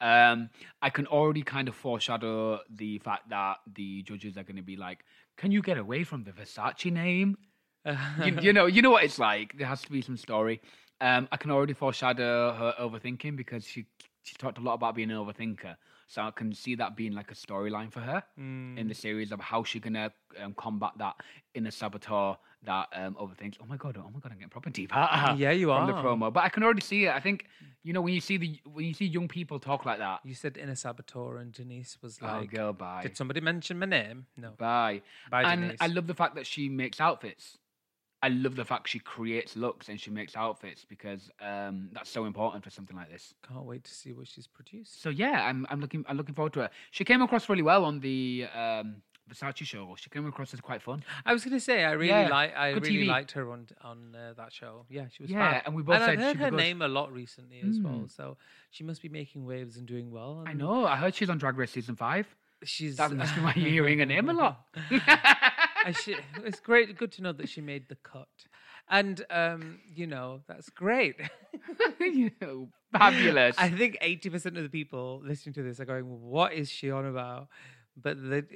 [SPEAKER 3] Um, I can already kind of foreshadow the fact that the judges are going to be like, "Can you get away from the Versace name?" you, you know, you know what it's like. There has to be some story. Um, I can already foreshadow her overthinking because she she talked a lot about being an overthinker. So I can see that being like a storyline for her
[SPEAKER 1] Mm.
[SPEAKER 3] in the series of how she's gonna um, combat that inner saboteur that um, overthinks. Oh my god! Oh my god! I'm getting proper deep.
[SPEAKER 1] Yeah, you
[SPEAKER 3] from
[SPEAKER 1] are.
[SPEAKER 3] the promo, but I can already see it. I think you know when you see the when you see young people talk like that.
[SPEAKER 1] You said inner saboteur, and Denise was
[SPEAKER 3] Oh,
[SPEAKER 1] like,
[SPEAKER 3] girl, bye.
[SPEAKER 1] Did somebody mention my name? No.
[SPEAKER 3] Bye.
[SPEAKER 1] Bye,
[SPEAKER 3] and I
[SPEAKER 1] Denise.
[SPEAKER 3] love the fact that she makes outfits. I love the fact she creates looks and she makes outfits because um, that's so important for something like this.
[SPEAKER 1] Can't wait to see what she's produced.
[SPEAKER 3] So yeah, I'm, I'm looking I'm looking forward to her. She came across really well on the um, Versace show. She came across as quite fun.
[SPEAKER 1] I was going to say, I really
[SPEAKER 3] Yeah,
[SPEAKER 1] like, I
[SPEAKER 3] good
[SPEAKER 1] really
[SPEAKER 3] TV.
[SPEAKER 1] liked her on on uh, that show. Yeah, she was.
[SPEAKER 3] Yeah,
[SPEAKER 1] fab.
[SPEAKER 3] and we both
[SPEAKER 1] I've heard
[SPEAKER 3] said she was
[SPEAKER 1] her
[SPEAKER 3] good.
[SPEAKER 1] name a lot recently as well, so she must be making waves and doing well.
[SPEAKER 3] I
[SPEAKER 1] and
[SPEAKER 3] know. I heard she's on Drag Race season five.
[SPEAKER 1] she's.
[SPEAKER 3] That must be why you're hearing her name a lot.
[SPEAKER 1] I should- it's great, good to know that she made the cut, and um, you know that's great.
[SPEAKER 3] You know, Fabulous.
[SPEAKER 1] I think eighty percent of the people listening to this are going, "What is she on about?" But the,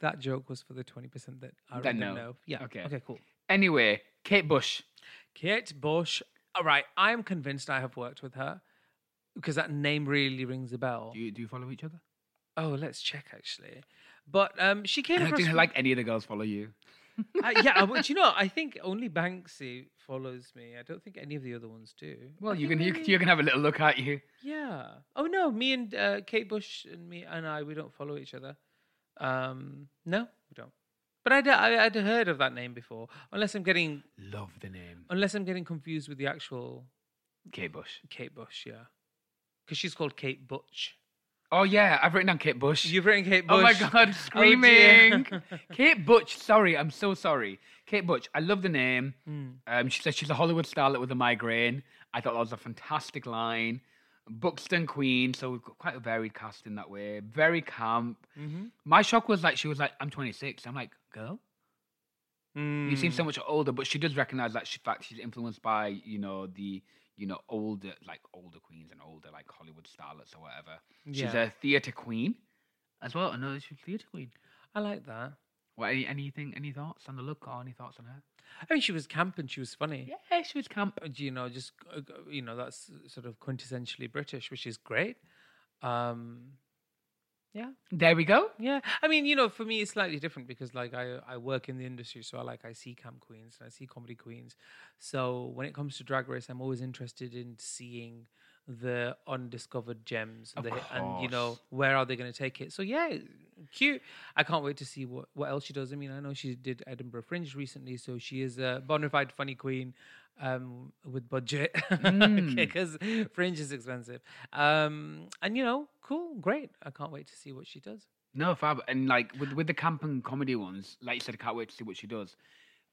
[SPEAKER 1] that joke was for the twenty percent that I
[SPEAKER 3] That
[SPEAKER 1] don't
[SPEAKER 3] know.
[SPEAKER 1] know. Yeah.
[SPEAKER 3] Okay.
[SPEAKER 1] Okay. Cool.
[SPEAKER 3] Anyway, Kate Bush.
[SPEAKER 1] Kate Bush. All right, I'm convinced I have worked with her because that name really rings a bell.
[SPEAKER 3] Do you, do you follow each other?
[SPEAKER 1] Oh, let's check actually. But um, she came
[SPEAKER 3] I don't
[SPEAKER 1] across
[SPEAKER 3] think like any of the girls follow you.
[SPEAKER 1] uh, yeah. I- Do you know? I think only Banksy follows me. I don't think any of the other ones do.
[SPEAKER 3] Well,
[SPEAKER 1] I
[SPEAKER 3] you
[SPEAKER 1] think
[SPEAKER 3] can you,
[SPEAKER 1] only-
[SPEAKER 3] can- you can have a little look at you.
[SPEAKER 1] Yeah. Oh no, me and uh, Kate Bush and me and I we don't follow each other. Um, no, we don't. But I'd, I- I'd heard of that name before, unless I'm getting
[SPEAKER 3] Love the name
[SPEAKER 1] unless I'm getting confused with the actual
[SPEAKER 3] Kate Bush.
[SPEAKER 1] Kate Bush. Yeah, because she's called Kate Butch.
[SPEAKER 3] Oh yeah, I've written down Kate Bush.
[SPEAKER 1] You've written Kate Bush.
[SPEAKER 3] oh my god,
[SPEAKER 1] Oh, dear.
[SPEAKER 3] screaming! Kate Butch. Sorry, I'm so sorry. Kate Butch. I love the name. Um, she says she's a Hollywood starlet with a migraine. I thought that was a fantastic line. Buxton Queen. So we've got quite a varied cast in that way. Very camp. My shock was like she was like, I'm 26. I'm like, girl.
[SPEAKER 1] Hmm.
[SPEAKER 3] You seem so much older, but she does recognize that she, fact she's influenced by you know the you know older like older queens and older like Hollywood starlets or whatever. She's
[SPEAKER 1] Yeah.
[SPEAKER 3] a theater queen as well. Another she's a theater queen.
[SPEAKER 1] I like that.
[SPEAKER 3] What any, anything any thoughts on the look or any thoughts on her?
[SPEAKER 1] I mean, she was camp and she was funny.
[SPEAKER 3] Yeah, she was camp.
[SPEAKER 1] uh, you know, just uh, g- you know, that's uh, sort of quintessentially British, which is great. Um, yeah,
[SPEAKER 3] There we go.
[SPEAKER 1] yeah. I mean, you know, for me, it's slightly different because, like, I I work in the industry, so I like I see camp queens and I see comedy queens. So when it comes to Drag Race, I'm always interested in seeing the undiscovered gems and,
[SPEAKER 3] Of
[SPEAKER 1] the, hi- and you know
[SPEAKER 3] course.
[SPEAKER 1] where are they going to take it. So yeah, cute. I can't wait to see what what else she does. I mean, I know she did Edinburgh Fringe recently, so she is a bona fide funny queen um with budget
[SPEAKER 3] Mm.
[SPEAKER 1] because fringe is expensive um and you know cool great i can't wait to see what she does
[SPEAKER 3] No, fab. And like with with the camp and comedy ones, like you said, I can't wait to see what she does.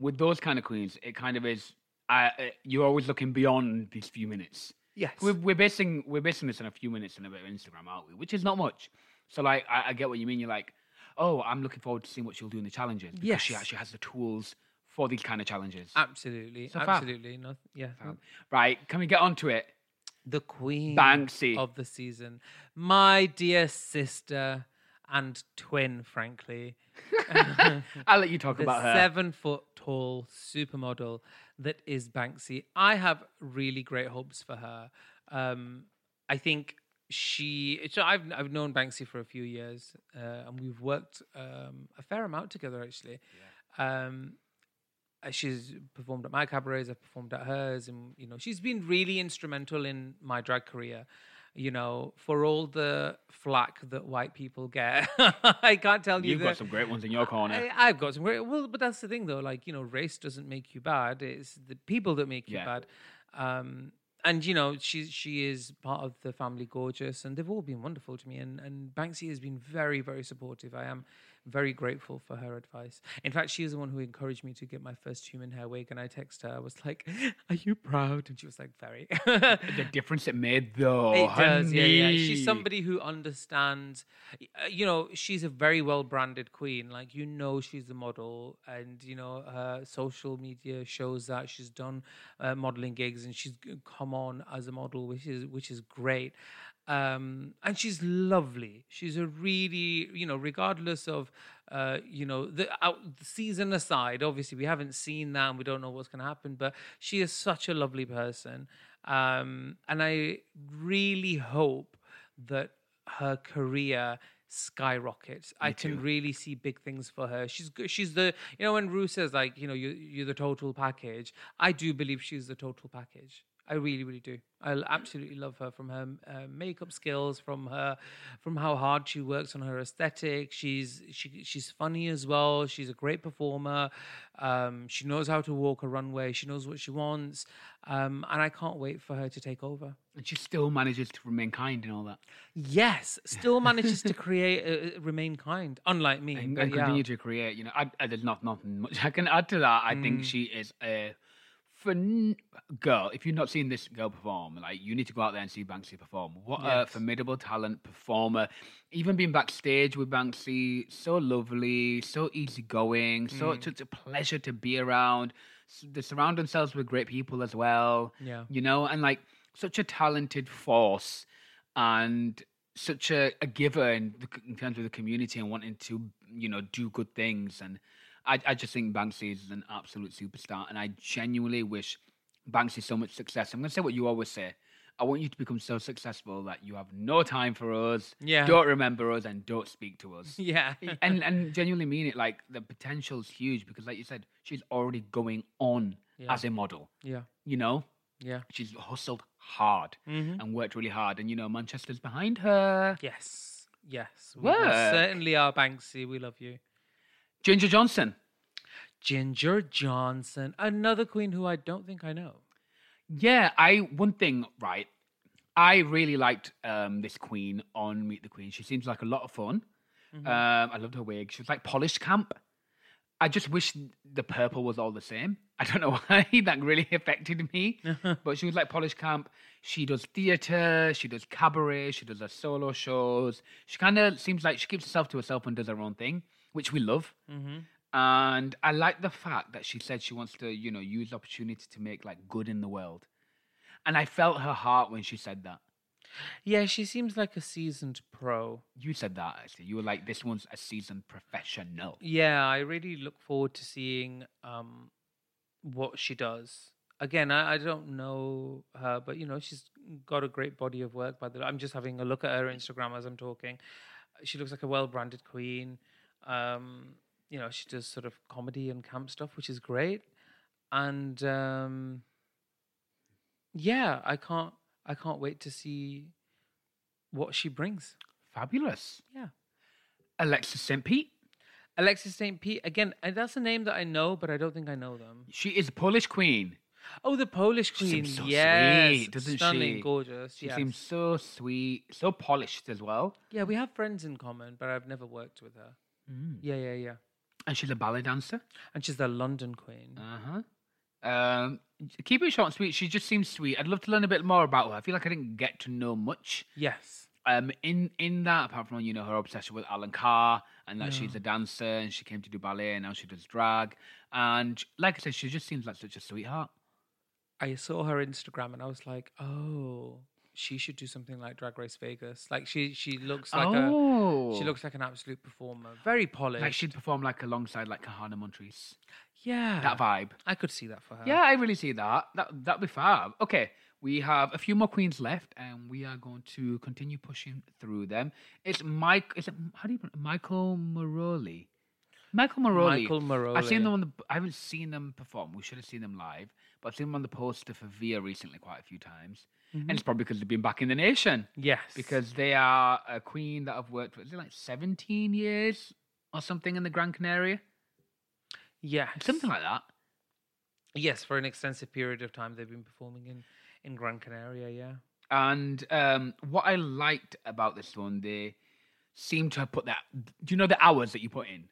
[SPEAKER 3] With those kind of queens, it kind of is. I, I- you're always looking beyond these few minutes.
[SPEAKER 1] Yes.
[SPEAKER 3] we're, we're basing we're basing this on a few minutes and a bit of Instagram, aren't we? Which is not much. So like, I, I get what you mean. You're like, oh, I'm looking forward to seeing what she'll do in the challenges because she
[SPEAKER 1] Yes. Uh,
[SPEAKER 3] actually has the tools for these kind of challenges.
[SPEAKER 1] Absolutely,
[SPEAKER 3] So fab.
[SPEAKER 1] absolutely. No, yeah,
[SPEAKER 3] right? Can we get on to it?
[SPEAKER 1] the queen
[SPEAKER 3] Banksy.
[SPEAKER 1] of the season, my dear sister and twin, frankly,
[SPEAKER 3] I'll let you talk
[SPEAKER 1] the
[SPEAKER 3] about her.
[SPEAKER 1] seven foot tall supermodel that is Banksy. I have really great hopes for her. Um, I think she. So I've I've known Banksy for a few years, uh, and we've worked um, a fair amount together actually. Um, uh, she's performed at my cabarets, I've performed at hers, and you know she's been really instrumental in my drag career. You know, for all the flack that white people get, I can't tell you.
[SPEAKER 3] You've got
[SPEAKER 1] the-
[SPEAKER 3] some great ones in your corner.
[SPEAKER 1] I, I've got some great. Well, but that's the thing, though. Like you know, race doesn't make you bad. It's the people that make you
[SPEAKER 3] Yeah.
[SPEAKER 1] bad. Um, and you know, she she is part of the family, gorgeous, and they've all been wonderful to me. And and Banksy has been very very supportive. I am very grateful for her advice. In fact, she was the one who encouraged me to get my first human hair wig. And I texted her, I was like, Are you proud? And she was like, Very.
[SPEAKER 3] The difference it made, though.
[SPEAKER 1] It does, yeah, yeah.
[SPEAKER 3] honey.
[SPEAKER 1] She's somebody who understands. uh, You know, she's a very well-branded queen. Like you know, she's a model, and you know, her social media shows that she's done uh, modeling gigs and she's g- come on as a model, which is which is great. Um, and she's lovely. She's a really, you know, regardless of, uh, you know, the, out, the season aside, obviously we haven't seen that and we don't know what's going to happen, but she is such a lovely person. Um, and I really hope that her career skyrockets. I can really see big things for her. She's go- she's the you know when Rue says like you know you you're the total package. I do believe she's the total package. I really really do. I l- absolutely love her from her uh, makeup skills, from her from how hard she works on her aesthetic. She's she she's funny as well. She's a great performer. Um, she knows how to walk a runway. She knows what she wants. Um, and I can't wait for her to take over.
[SPEAKER 3] And she still manages to remain kind and all that.
[SPEAKER 1] Yes, still manages to create, uh, remain kind, unlike me.
[SPEAKER 3] and,
[SPEAKER 1] but
[SPEAKER 3] and
[SPEAKER 1] yeah.
[SPEAKER 3] continue to create. You know, I, I, there's not nothing much I can add to that. I
[SPEAKER 1] Mm.
[SPEAKER 3] think she is a fun girl. If you've not seen this girl perform, like you need to go out there and see Banksy perform. What a formidable talent performer! Even being backstage with Banksy, so lovely, so easygoing, so
[SPEAKER 1] Mm.
[SPEAKER 3] it's such a pleasure to be around. S- They surround themselves with great people as well.
[SPEAKER 1] Yeah.
[SPEAKER 3] you know, and like such a talented force and such a, a giver in, the, c- in terms of the community and wanting to you know do good things and I, I just think Banksy is an absolute superstar and I genuinely wish Banksy so much success. I'm gonna say what you always say. I want you to become so successful that you have no time for us,
[SPEAKER 1] Yeah.
[SPEAKER 3] don't remember us, and don't speak to us. E,
[SPEAKER 1] Yeah.
[SPEAKER 3] and and genuinely mean it. Like the potential's huge because, like you said, she's already going on
[SPEAKER 1] Yeah.
[SPEAKER 3] as a model.
[SPEAKER 1] yeah.
[SPEAKER 3] You know,
[SPEAKER 1] Yeah.
[SPEAKER 3] she's hustled hard and worked really hard. And you know, Manchester's behind her.
[SPEAKER 1] Yes. Yes. We most
[SPEAKER 3] Work.
[SPEAKER 1] certainly are, Banksy. We love you.
[SPEAKER 3] Ginger Johnson.
[SPEAKER 1] Ginger Johnson, another queen who I don't think I know.
[SPEAKER 3] Yeah, I one thing right. I really liked um, this queen on Meet the Queen. She seems like a lot of fun. Um, I loved her wig. She was like polished camp. I just wish the purple was all the same. I don't know why that really affected me, but she was like polished camp. She does theater, she does cabaret, she does her solo shows. She kind of seems like she keeps herself to herself and does her own thing, which we love. And I like the fact that she said she wants to, you know, use opportunity to make like good in the world. And I felt her heart when she said that.
[SPEAKER 1] Yeah, she seems like a seasoned pro.
[SPEAKER 3] You said that actually. You were like, this one's a seasoned professional.
[SPEAKER 1] Yeah, I really look forward to seeing um, what she does. Again, I, I don't know her, but you know she's got a great body of work. By the, I'm just having a look at her Instagram as I'm talking. She looks like a well-branded queen. Um, you know, she does sort of comedy and camp stuff, which is great. And um, yeah, I can't, I can't wait to see what she brings.
[SPEAKER 3] Fabulous.
[SPEAKER 1] Yeah.
[SPEAKER 3] Alexis St. Pete.
[SPEAKER 1] Alexis St. Pete, again, and that's a name that I know, but I don't think I know them.
[SPEAKER 3] She is a Polish queen.
[SPEAKER 1] Oh, the Polish
[SPEAKER 3] She
[SPEAKER 1] queen.
[SPEAKER 3] seems so
[SPEAKER 1] yes.
[SPEAKER 3] sweet, doesn't
[SPEAKER 1] Stunning,
[SPEAKER 3] she?
[SPEAKER 1] gorgeous.
[SPEAKER 3] She
[SPEAKER 1] yes.
[SPEAKER 3] seems so sweet, so polished as well.
[SPEAKER 1] Yeah, we have friends in common, but I've never worked with her.
[SPEAKER 3] Mm.
[SPEAKER 1] Yeah, yeah, yeah.
[SPEAKER 3] And she's a ballet dancer.
[SPEAKER 1] And she's the London queen.
[SPEAKER 3] Uh huh. Um, keep it short and sweet. She just seems sweet. I'd love to learn a bit more about her. I feel like I didn't get to know much.
[SPEAKER 1] yes.
[SPEAKER 3] um in in that apart from you know her obsession with alan carr and that she's a dancer and she came to do ballet and now she does drag and like i said she just seems like such a sweetheart
[SPEAKER 1] I saw her Instagram and I was like, oh, she should do something like Drag Race Vegas. Like she she looks like a
[SPEAKER 3] Oh.
[SPEAKER 1] she looks like an absolute performer. Very polished.
[SPEAKER 3] like she'd perform like alongside like kahana montrese
[SPEAKER 1] yeah.
[SPEAKER 3] that vibe
[SPEAKER 1] I could see that for her.
[SPEAKER 3] yeah i really see that that that'd be fab okay we have a few more queens left and we are going to continue pushing through them it's mike is it how do you pronounce michael moroli Michael Maroli.
[SPEAKER 1] Michael
[SPEAKER 3] I've seen
[SPEAKER 1] Maroli.
[SPEAKER 3] them on the. I haven't seen them perform. We should have seen them live, but I've seen them on the poster for Via recently quite a few times, and it's probably because they've been back in the nation
[SPEAKER 1] Yes.
[SPEAKER 3] because they are a queen that I've worked with. Is it like seventeen years or something in the Gran Canaria,
[SPEAKER 1] yes.
[SPEAKER 3] something like that?
[SPEAKER 1] Yes, for an extensive period of time they've been performing in in Gran Canaria, yeah.
[SPEAKER 3] And um, what I liked about this one, they seem to have put that. Do you know the hours that you put in?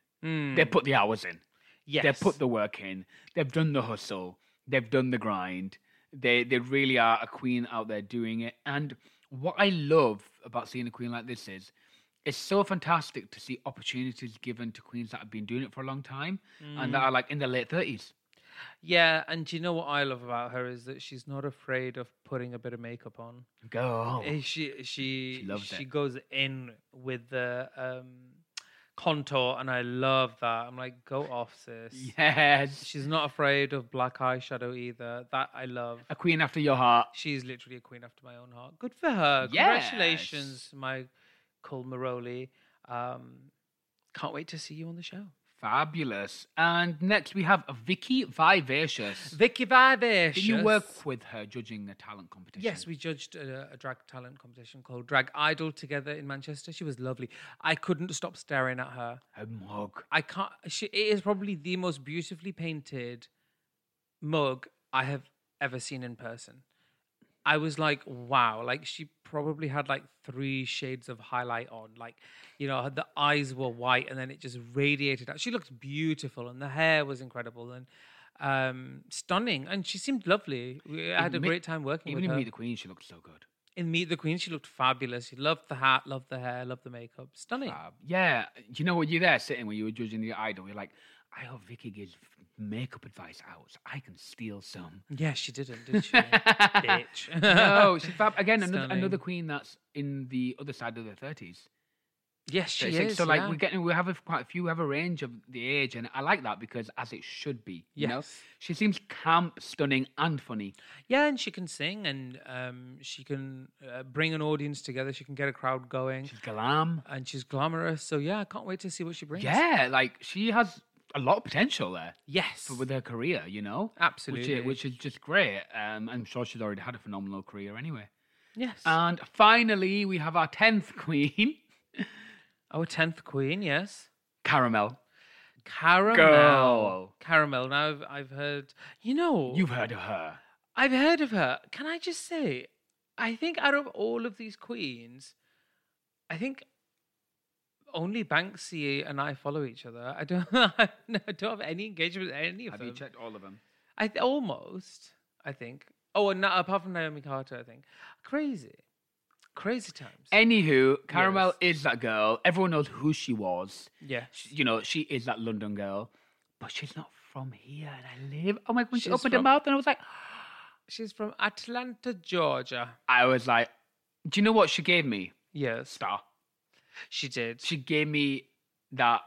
[SPEAKER 3] They put the hours in.
[SPEAKER 1] Hmm. Mm, Yes.
[SPEAKER 3] They've put the work in. They've done the hustle. They've done the grind. They they really are a queen out there doing it. And what I love about seeing a queen like this is it's so fantastic to see opportunities given to queens that have been doing it for a long time and that are like in their late thirties.
[SPEAKER 1] Yeah, and you know what I love about her is that she's not afraid of putting a bit of makeup on.
[SPEAKER 3] Go.
[SPEAKER 1] Eh, She she
[SPEAKER 3] Oh. She loves
[SPEAKER 1] she
[SPEAKER 3] it.
[SPEAKER 1] goes in with the um, contour, and I love that. I'm like, go off, sis.
[SPEAKER 3] Yes.
[SPEAKER 1] She's not afraid of black eyeshadow either. That I love.
[SPEAKER 3] A queen after your heart.
[SPEAKER 1] She's literally a queen after my own heart. Good for her. Congratulations, Michael Maroli. Um, can't wait to see you on the show.
[SPEAKER 3] Fabulous. And next we have Vicky Vivacious.
[SPEAKER 1] Vicky Vivacious.
[SPEAKER 3] Did you work with her judging a talent competition?
[SPEAKER 1] Yes, we judged a, a drag talent competition called Drag Idol together in Manchester. She was lovely. I couldn't stop staring at her.
[SPEAKER 3] Her mug.
[SPEAKER 1] I can't. She, it is probably the most beautifully painted mug I have ever seen in person. I was like, wow. Like she probably had like three shades of highlight on. Like, you know, the eyes were white, and then it just radiated out. She looked beautiful, and the hair was incredible and um, stunning. And she seemed lovely. We, I had a
[SPEAKER 3] Even me-
[SPEAKER 1] great time working
[SPEAKER 3] Even
[SPEAKER 1] with
[SPEAKER 3] in
[SPEAKER 1] her.
[SPEAKER 3] Meet the Queen, she looked so good.
[SPEAKER 1] in Meet the Queen, she looked fabulous. She loved the hat, loved the hair, loved the makeup. Stunning.
[SPEAKER 3] Fab. Uh, Yeah. You know what? You're there sitting when you were judging the idol. You're like, I hope Vicky gives makeup advice out so I can steal some.
[SPEAKER 1] Yeah, she didn't, did she? Bitch.
[SPEAKER 3] no, she's fab. Again, another, another
[SPEAKER 1] Stunning.
[SPEAKER 3] queen that's in the other side of the 30s.
[SPEAKER 1] Yes, she
[SPEAKER 3] 36.
[SPEAKER 1] is.
[SPEAKER 3] So, like,
[SPEAKER 1] yeah.
[SPEAKER 3] we're getting, we have a, quite a few, we have a range of the age, and I like that because as it should be. You know?
[SPEAKER 1] Yes.
[SPEAKER 3] She seems camp, stunning, and funny.
[SPEAKER 1] yeah, and she can sing, and um, she can uh, bring an audience together. She can get a crowd going,
[SPEAKER 3] She's glam.
[SPEAKER 1] and she's glamorous. So yeah, I can't wait to see what she brings.
[SPEAKER 3] Yeah, like, she has a lot of potential there.
[SPEAKER 1] yes,
[SPEAKER 3] for- with her career, you know? Which
[SPEAKER 1] Absolutely.
[SPEAKER 3] is, which is just great. Um, I'm sure she's already had a phenomenal career anyway.
[SPEAKER 1] yes.
[SPEAKER 3] And finally, we have our 10th queen,
[SPEAKER 1] Our tenth queen, yes,
[SPEAKER 3] Caramel.
[SPEAKER 1] caramel.
[SPEAKER 3] Girl.
[SPEAKER 1] Caramel. Now I've, I've heard. You know,
[SPEAKER 3] You've heard of her.
[SPEAKER 1] I've heard of her. Can I just say, I think out of all of these queens, I think only Banksy and I follow each other. I don't. I don't have any engagement with any of
[SPEAKER 3] Have
[SPEAKER 1] them.
[SPEAKER 3] you checked all of them?
[SPEAKER 1] I th- almost. I think. Oh, and na- apart from Naomi Carter, I think. Crazy, crazy times.
[SPEAKER 3] Anywho, Caramel is that girl. Everyone knows who she was.
[SPEAKER 1] yeah,
[SPEAKER 3] She- you know, she is that London girl, but she's not from here. And I live. Oh my god, when she
[SPEAKER 1] She's
[SPEAKER 3] opened her
[SPEAKER 1] from-
[SPEAKER 3] mouth, and I was like,
[SPEAKER 1] she's from Atlanta, Georgia.
[SPEAKER 3] I was like, do you know what she gave me?
[SPEAKER 1] Yes,
[SPEAKER 3] Star.
[SPEAKER 1] she did.
[SPEAKER 3] she gave me that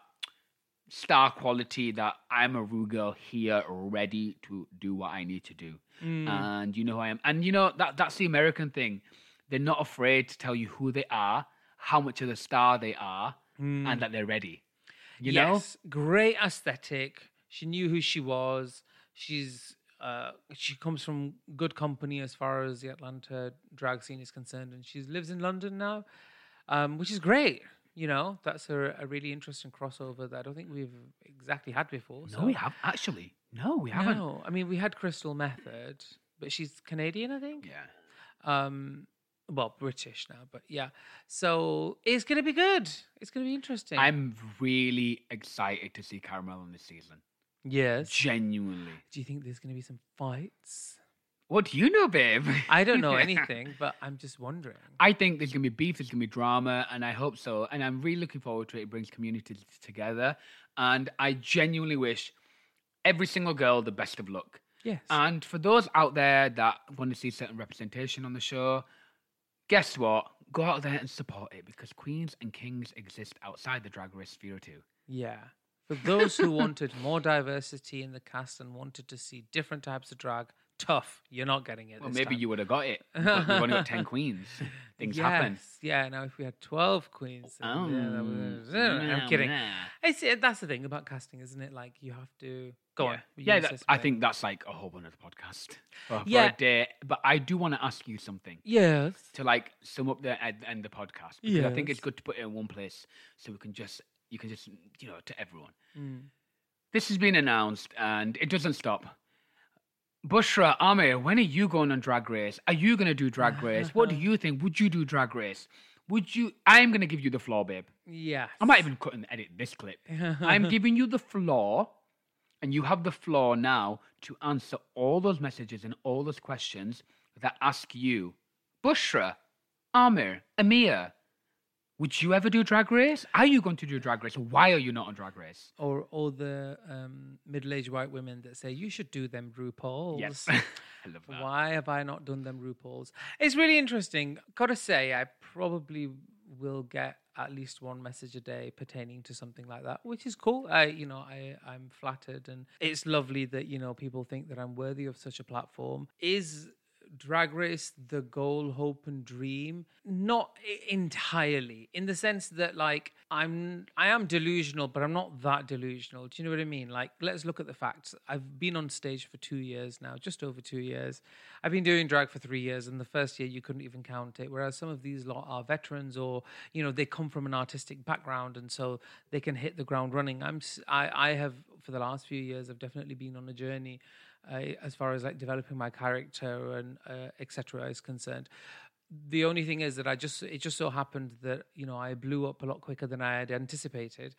[SPEAKER 3] star quality that I'm a Rue girl here, ready to do what I need to do.
[SPEAKER 1] Mm.
[SPEAKER 3] And you know who I am. And you know that that's the American thing. They're not afraid to tell you who they are, how much of the star they are, and that they're ready. You
[SPEAKER 1] Mm. yes, great aesthetic. She knew who she was. She's uh, she comes from good company as far as the Atlanta drag scene is concerned, and she lives in London now, um, which is great. You know, that's a, a really interesting crossover that I don't think we've exactly had before.
[SPEAKER 3] know?
[SPEAKER 1] so-
[SPEAKER 3] No, we have actually. No, we haven't.
[SPEAKER 1] No, I mean we had Crystal Method, but she's Canadian, I think.
[SPEAKER 3] Yeah.
[SPEAKER 1] Um, well, British now, but yeah. So it's gonna be good. It's gonna be interesting.
[SPEAKER 3] I'm really excited to see Caramel in this season.
[SPEAKER 1] yes.
[SPEAKER 3] Genuinely.
[SPEAKER 1] Do you think there's gonna be some fights?
[SPEAKER 3] What do you know, babe?
[SPEAKER 1] I don't know anything, but I'm just wondering.
[SPEAKER 3] I think there's going to be beef, there's going to be drama, and I hope so. And I'm really looking forward to it. It brings communities together. And I genuinely wish every single girl the best of luck.
[SPEAKER 1] Yes.
[SPEAKER 3] And for those out there that want to see certain representation on the show, guess what? Go out there and support it because queens and kings exist outside the drag race sphere too.
[SPEAKER 1] yeah. For those who wanted more diversity in the cast and wanted to see different types of drag, tough. You're not getting it.
[SPEAKER 3] Well,
[SPEAKER 1] this
[SPEAKER 3] maybe
[SPEAKER 1] time.
[SPEAKER 3] you would have got it. But we've only got 10 queens. Things happen.
[SPEAKER 1] Yes, Yeah. Now, if we had twelve queens, then, yeah, that
[SPEAKER 3] Um,
[SPEAKER 1] was- uh, I'm kidding.
[SPEAKER 3] yeah.
[SPEAKER 1] It's, uh, that's the thing about casting, isn't it? Like you have to go
[SPEAKER 3] yeah.
[SPEAKER 1] on. you
[SPEAKER 3] Yeah, that-
[SPEAKER 1] insist
[SPEAKER 3] I
[SPEAKER 1] with it.
[SPEAKER 3] think that's like a whole other podcast for, for
[SPEAKER 1] Yeah.
[SPEAKER 3] a day. But I do want to ask you something
[SPEAKER 1] Yes.
[SPEAKER 3] to like sum up the end, end the podcast because I think
[SPEAKER 1] Yes.
[SPEAKER 3] it's good to put it in one place so we can just you can just you know to everyone.
[SPEAKER 1] Mm.
[SPEAKER 3] This has been announced and it doesn't stop. Bushra, Amir, when are you going on Drag Race? Are you going to do Drag Race? what do you think? Would you do Drag Race? Would you? I am going to give you the floor, babe.
[SPEAKER 1] Yeah.
[SPEAKER 3] I might even cut and edit this clip. I'm giving you the floor, and you have the floor now to answer all those messages and all those questions that ask you, Bushra, Amir, Amir, would you ever do drag race? Are you going to do drag race? Why are you not on drag race?
[SPEAKER 1] Or all the um, middle-aged white women that say you should do them RuPaul's.
[SPEAKER 3] Yes. I love that.
[SPEAKER 1] Why have I not done them RuPaul's? It's really interesting. Gotta say, I probably will get at least one message a day pertaining to something like that, which is cool. I, you know, I, I'm flattered, and it's lovely that you know people think that I'm worthy of such a platform. Is Drag Race the goal, hope, and dream? Not i- entirely, in the sense that like I'm, I am delusional, but I'm not that delusional. Do you know what I mean? Like, let's look at the facts. I've been on stage for two years now, just over two years. I've been doing drag for three years, and the first year you couldn't even count it. Whereas some of these lot are veterans, or you know, they come from an artistic background, and so they can hit the ground running. I'm, s- I, I have for the last few years, I've definitely been on a journey uh, as far as like developing my character and uh, etc is concerned the only thing is that i just it just so happened that you know i blew up a lot quicker than i had anticipated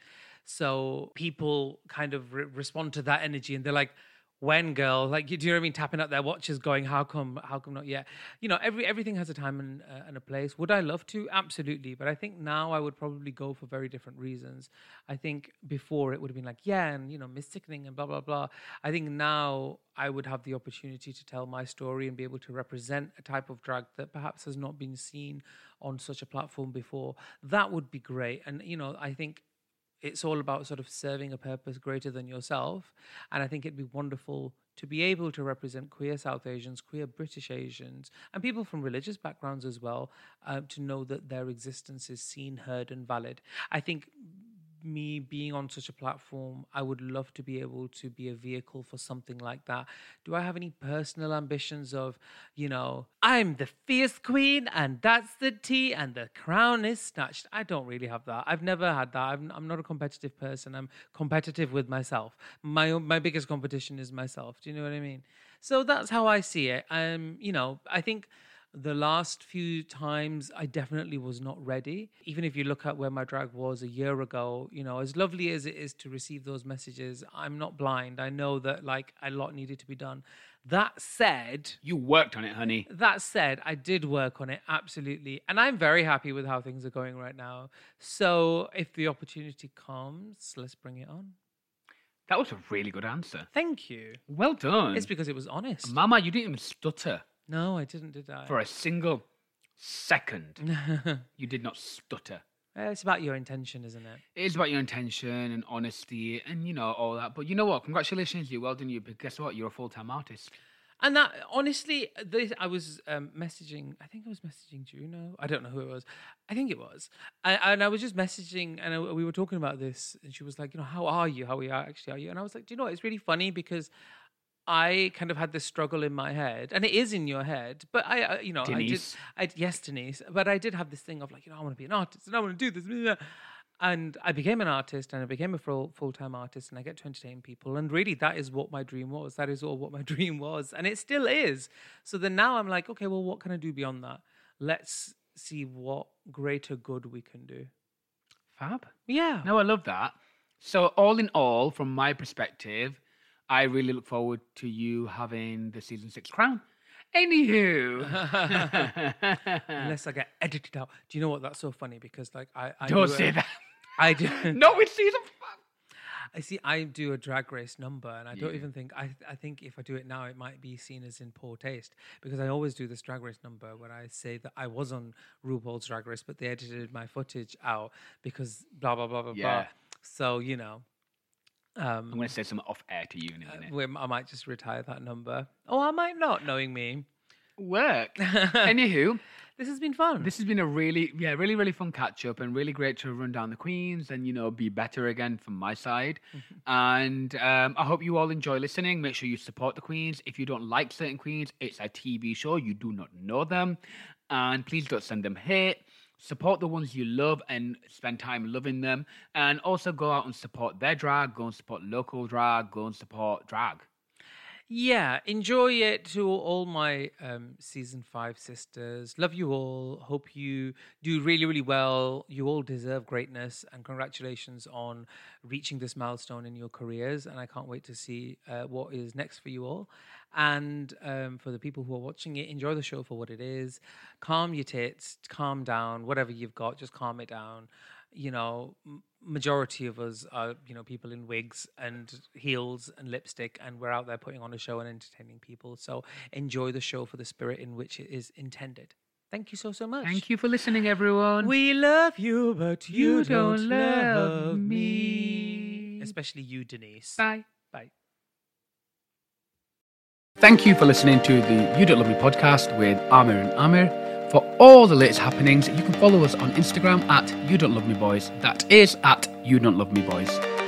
[SPEAKER 1] so people kind of re- respond to that energy and they're like when girl like you do you know what i mean tapping up their watches going how come how come not yet you know every everything has a time and, uh, and a place would i love to absolutely but i think now i would probably go for very different reasons i think before it would have been like yeah and you know miss sickening and blah blah blah i think now i would have the opportunity to tell my story and be able to represent a type of drag that perhaps has not been seen on such a platform before that would be great and you know i think it's all about sort of serving a purpose greater than yourself. And I think it'd be wonderful to be able to represent queer South Asians, queer British Asians, and people from religious backgrounds as well, uh, to know that their existence is seen, heard, and valid. I think me being on such a platform, I would love to be able to be a vehicle for something like that. Do I have any personal ambitions of, you know, I'm the fierce queen and that's the tea and the crown is snatched? I don't really have that. I've never had that. I'm, I'm not a competitive person. I'm competitive with myself. My own, my biggest competition is myself. Do you know what I mean? So that's how I see it. Um, you know, I think the last few times I definitely was not ready. Even if you look at where my drag was a year ago, you know, as lovely as it is to receive those messages, I'm not blind. I know that like a lot needed to be done. That said,
[SPEAKER 3] You worked on it, honey.
[SPEAKER 1] that said, I did work on it absolutely, and I'm very happy with how things are going right now. So if the opportunity comes, let's bring it on.
[SPEAKER 3] That was a really good answer.
[SPEAKER 1] Thank you.
[SPEAKER 3] Well done.
[SPEAKER 1] It's because it was honest.
[SPEAKER 3] Mama, you didn't even stutter
[SPEAKER 1] No, I didn't, did I?
[SPEAKER 3] for a single second. you did not stutter.
[SPEAKER 1] it's about your intention, isn't it?
[SPEAKER 3] It is about your intention and honesty and, you know, all that. But you know what? Congratulations, you. Well done, you. But guess what? You're a full time artist.
[SPEAKER 1] And that honestly, this I was um, messaging. I think I was messaging Juno. I don't know who it was. I think it was. And, and I was just messaging, and I, we were talking about this, and she was like, you know, how are you? How are you actually? Are you? And I was like, do you know what? It's really funny because I kind of had this struggle in my head, and it is in your head. But I, uh, you know,
[SPEAKER 3] Denise.
[SPEAKER 1] I did. I, yes, Denise. But I did have this thing of like, you know, I want to be an artist, and I want to do this. blah, blah, blah. And I became an artist, and I became a full full time artist, and I get to entertain people. And really, that is what my dream was. That is all what my dream was, and it still is. So then now I'm like, okay, well, what can I do beyond that? Let's see what greater good we can do.
[SPEAKER 3] Fab.
[SPEAKER 1] Yeah.
[SPEAKER 3] No, I love that. So, all in all, from my perspective, I really look forward to you having the season six crown. Anywho,
[SPEAKER 1] Unless I get edited out. Do you know what? That's so funny because like I, I
[SPEAKER 3] don't
[SPEAKER 1] do a-
[SPEAKER 3] say that.
[SPEAKER 1] I do.
[SPEAKER 3] No, it's season five.
[SPEAKER 1] I see. I do a drag race number, and I don't even think. I I think if I do it now, it might be seen as in poor taste because I always do this drag race number where I say that I was on RuPaul's Drag Race, but they edited my footage out because blah blah blah blah blah.
[SPEAKER 3] Yeah.
[SPEAKER 1] So you know, uh,
[SPEAKER 3] I'm going to say something off air to you in a minute.
[SPEAKER 1] we, I might just retire that number. Oh, I might not, knowing me.
[SPEAKER 3] Work. Anywho,
[SPEAKER 1] This has been fun.
[SPEAKER 3] this has been a really, yeah, really, really fun catch up and really great to run down the Queens and, you know, be better again from my side. and um, I hope you all enjoy listening. Make sure you support the Queens. If you don't like certain Queens, it's a TV show. You do not know them. And please don't send them hate. Support the ones you love and spend time loving them. And also go out and support their drag. Go and support local drag. Go and support drag.
[SPEAKER 1] Yeah, enjoy it to all my um, season five sisters. Love you all. Hope you do really, really well. You all deserve greatness, and congratulations on reaching this milestone in your careers. And I can't wait to see uh, what is next for you all. And um, for the people who are watching it, enjoy the show for what it is. Calm your tits, calm down, whatever you've got, just calm it down you know, m- majority of us are, you know, people in wigs and heels and lipstick, and we're out there putting on a show and entertaining people. So enjoy the show for the spirit in which it is intended. Thank you so, so much.
[SPEAKER 3] Thank you for listening, everyone.
[SPEAKER 1] We love you, but you,
[SPEAKER 3] You
[SPEAKER 1] don't,
[SPEAKER 3] don't
[SPEAKER 1] love,
[SPEAKER 3] love
[SPEAKER 1] me.
[SPEAKER 3] me.
[SPEAKER 1] Especially you, Denise.
[SPEAKER 3] Bye.
[SPEAKER 1] Bye.
[SPEAKER 3] Thank you for listening to the You Don't Love Me podcast with Amir and Amir. For all the latest happenings, you can follow us on Instagram at You Don't Love Me Boys. That is at You Don't Love Me Boys.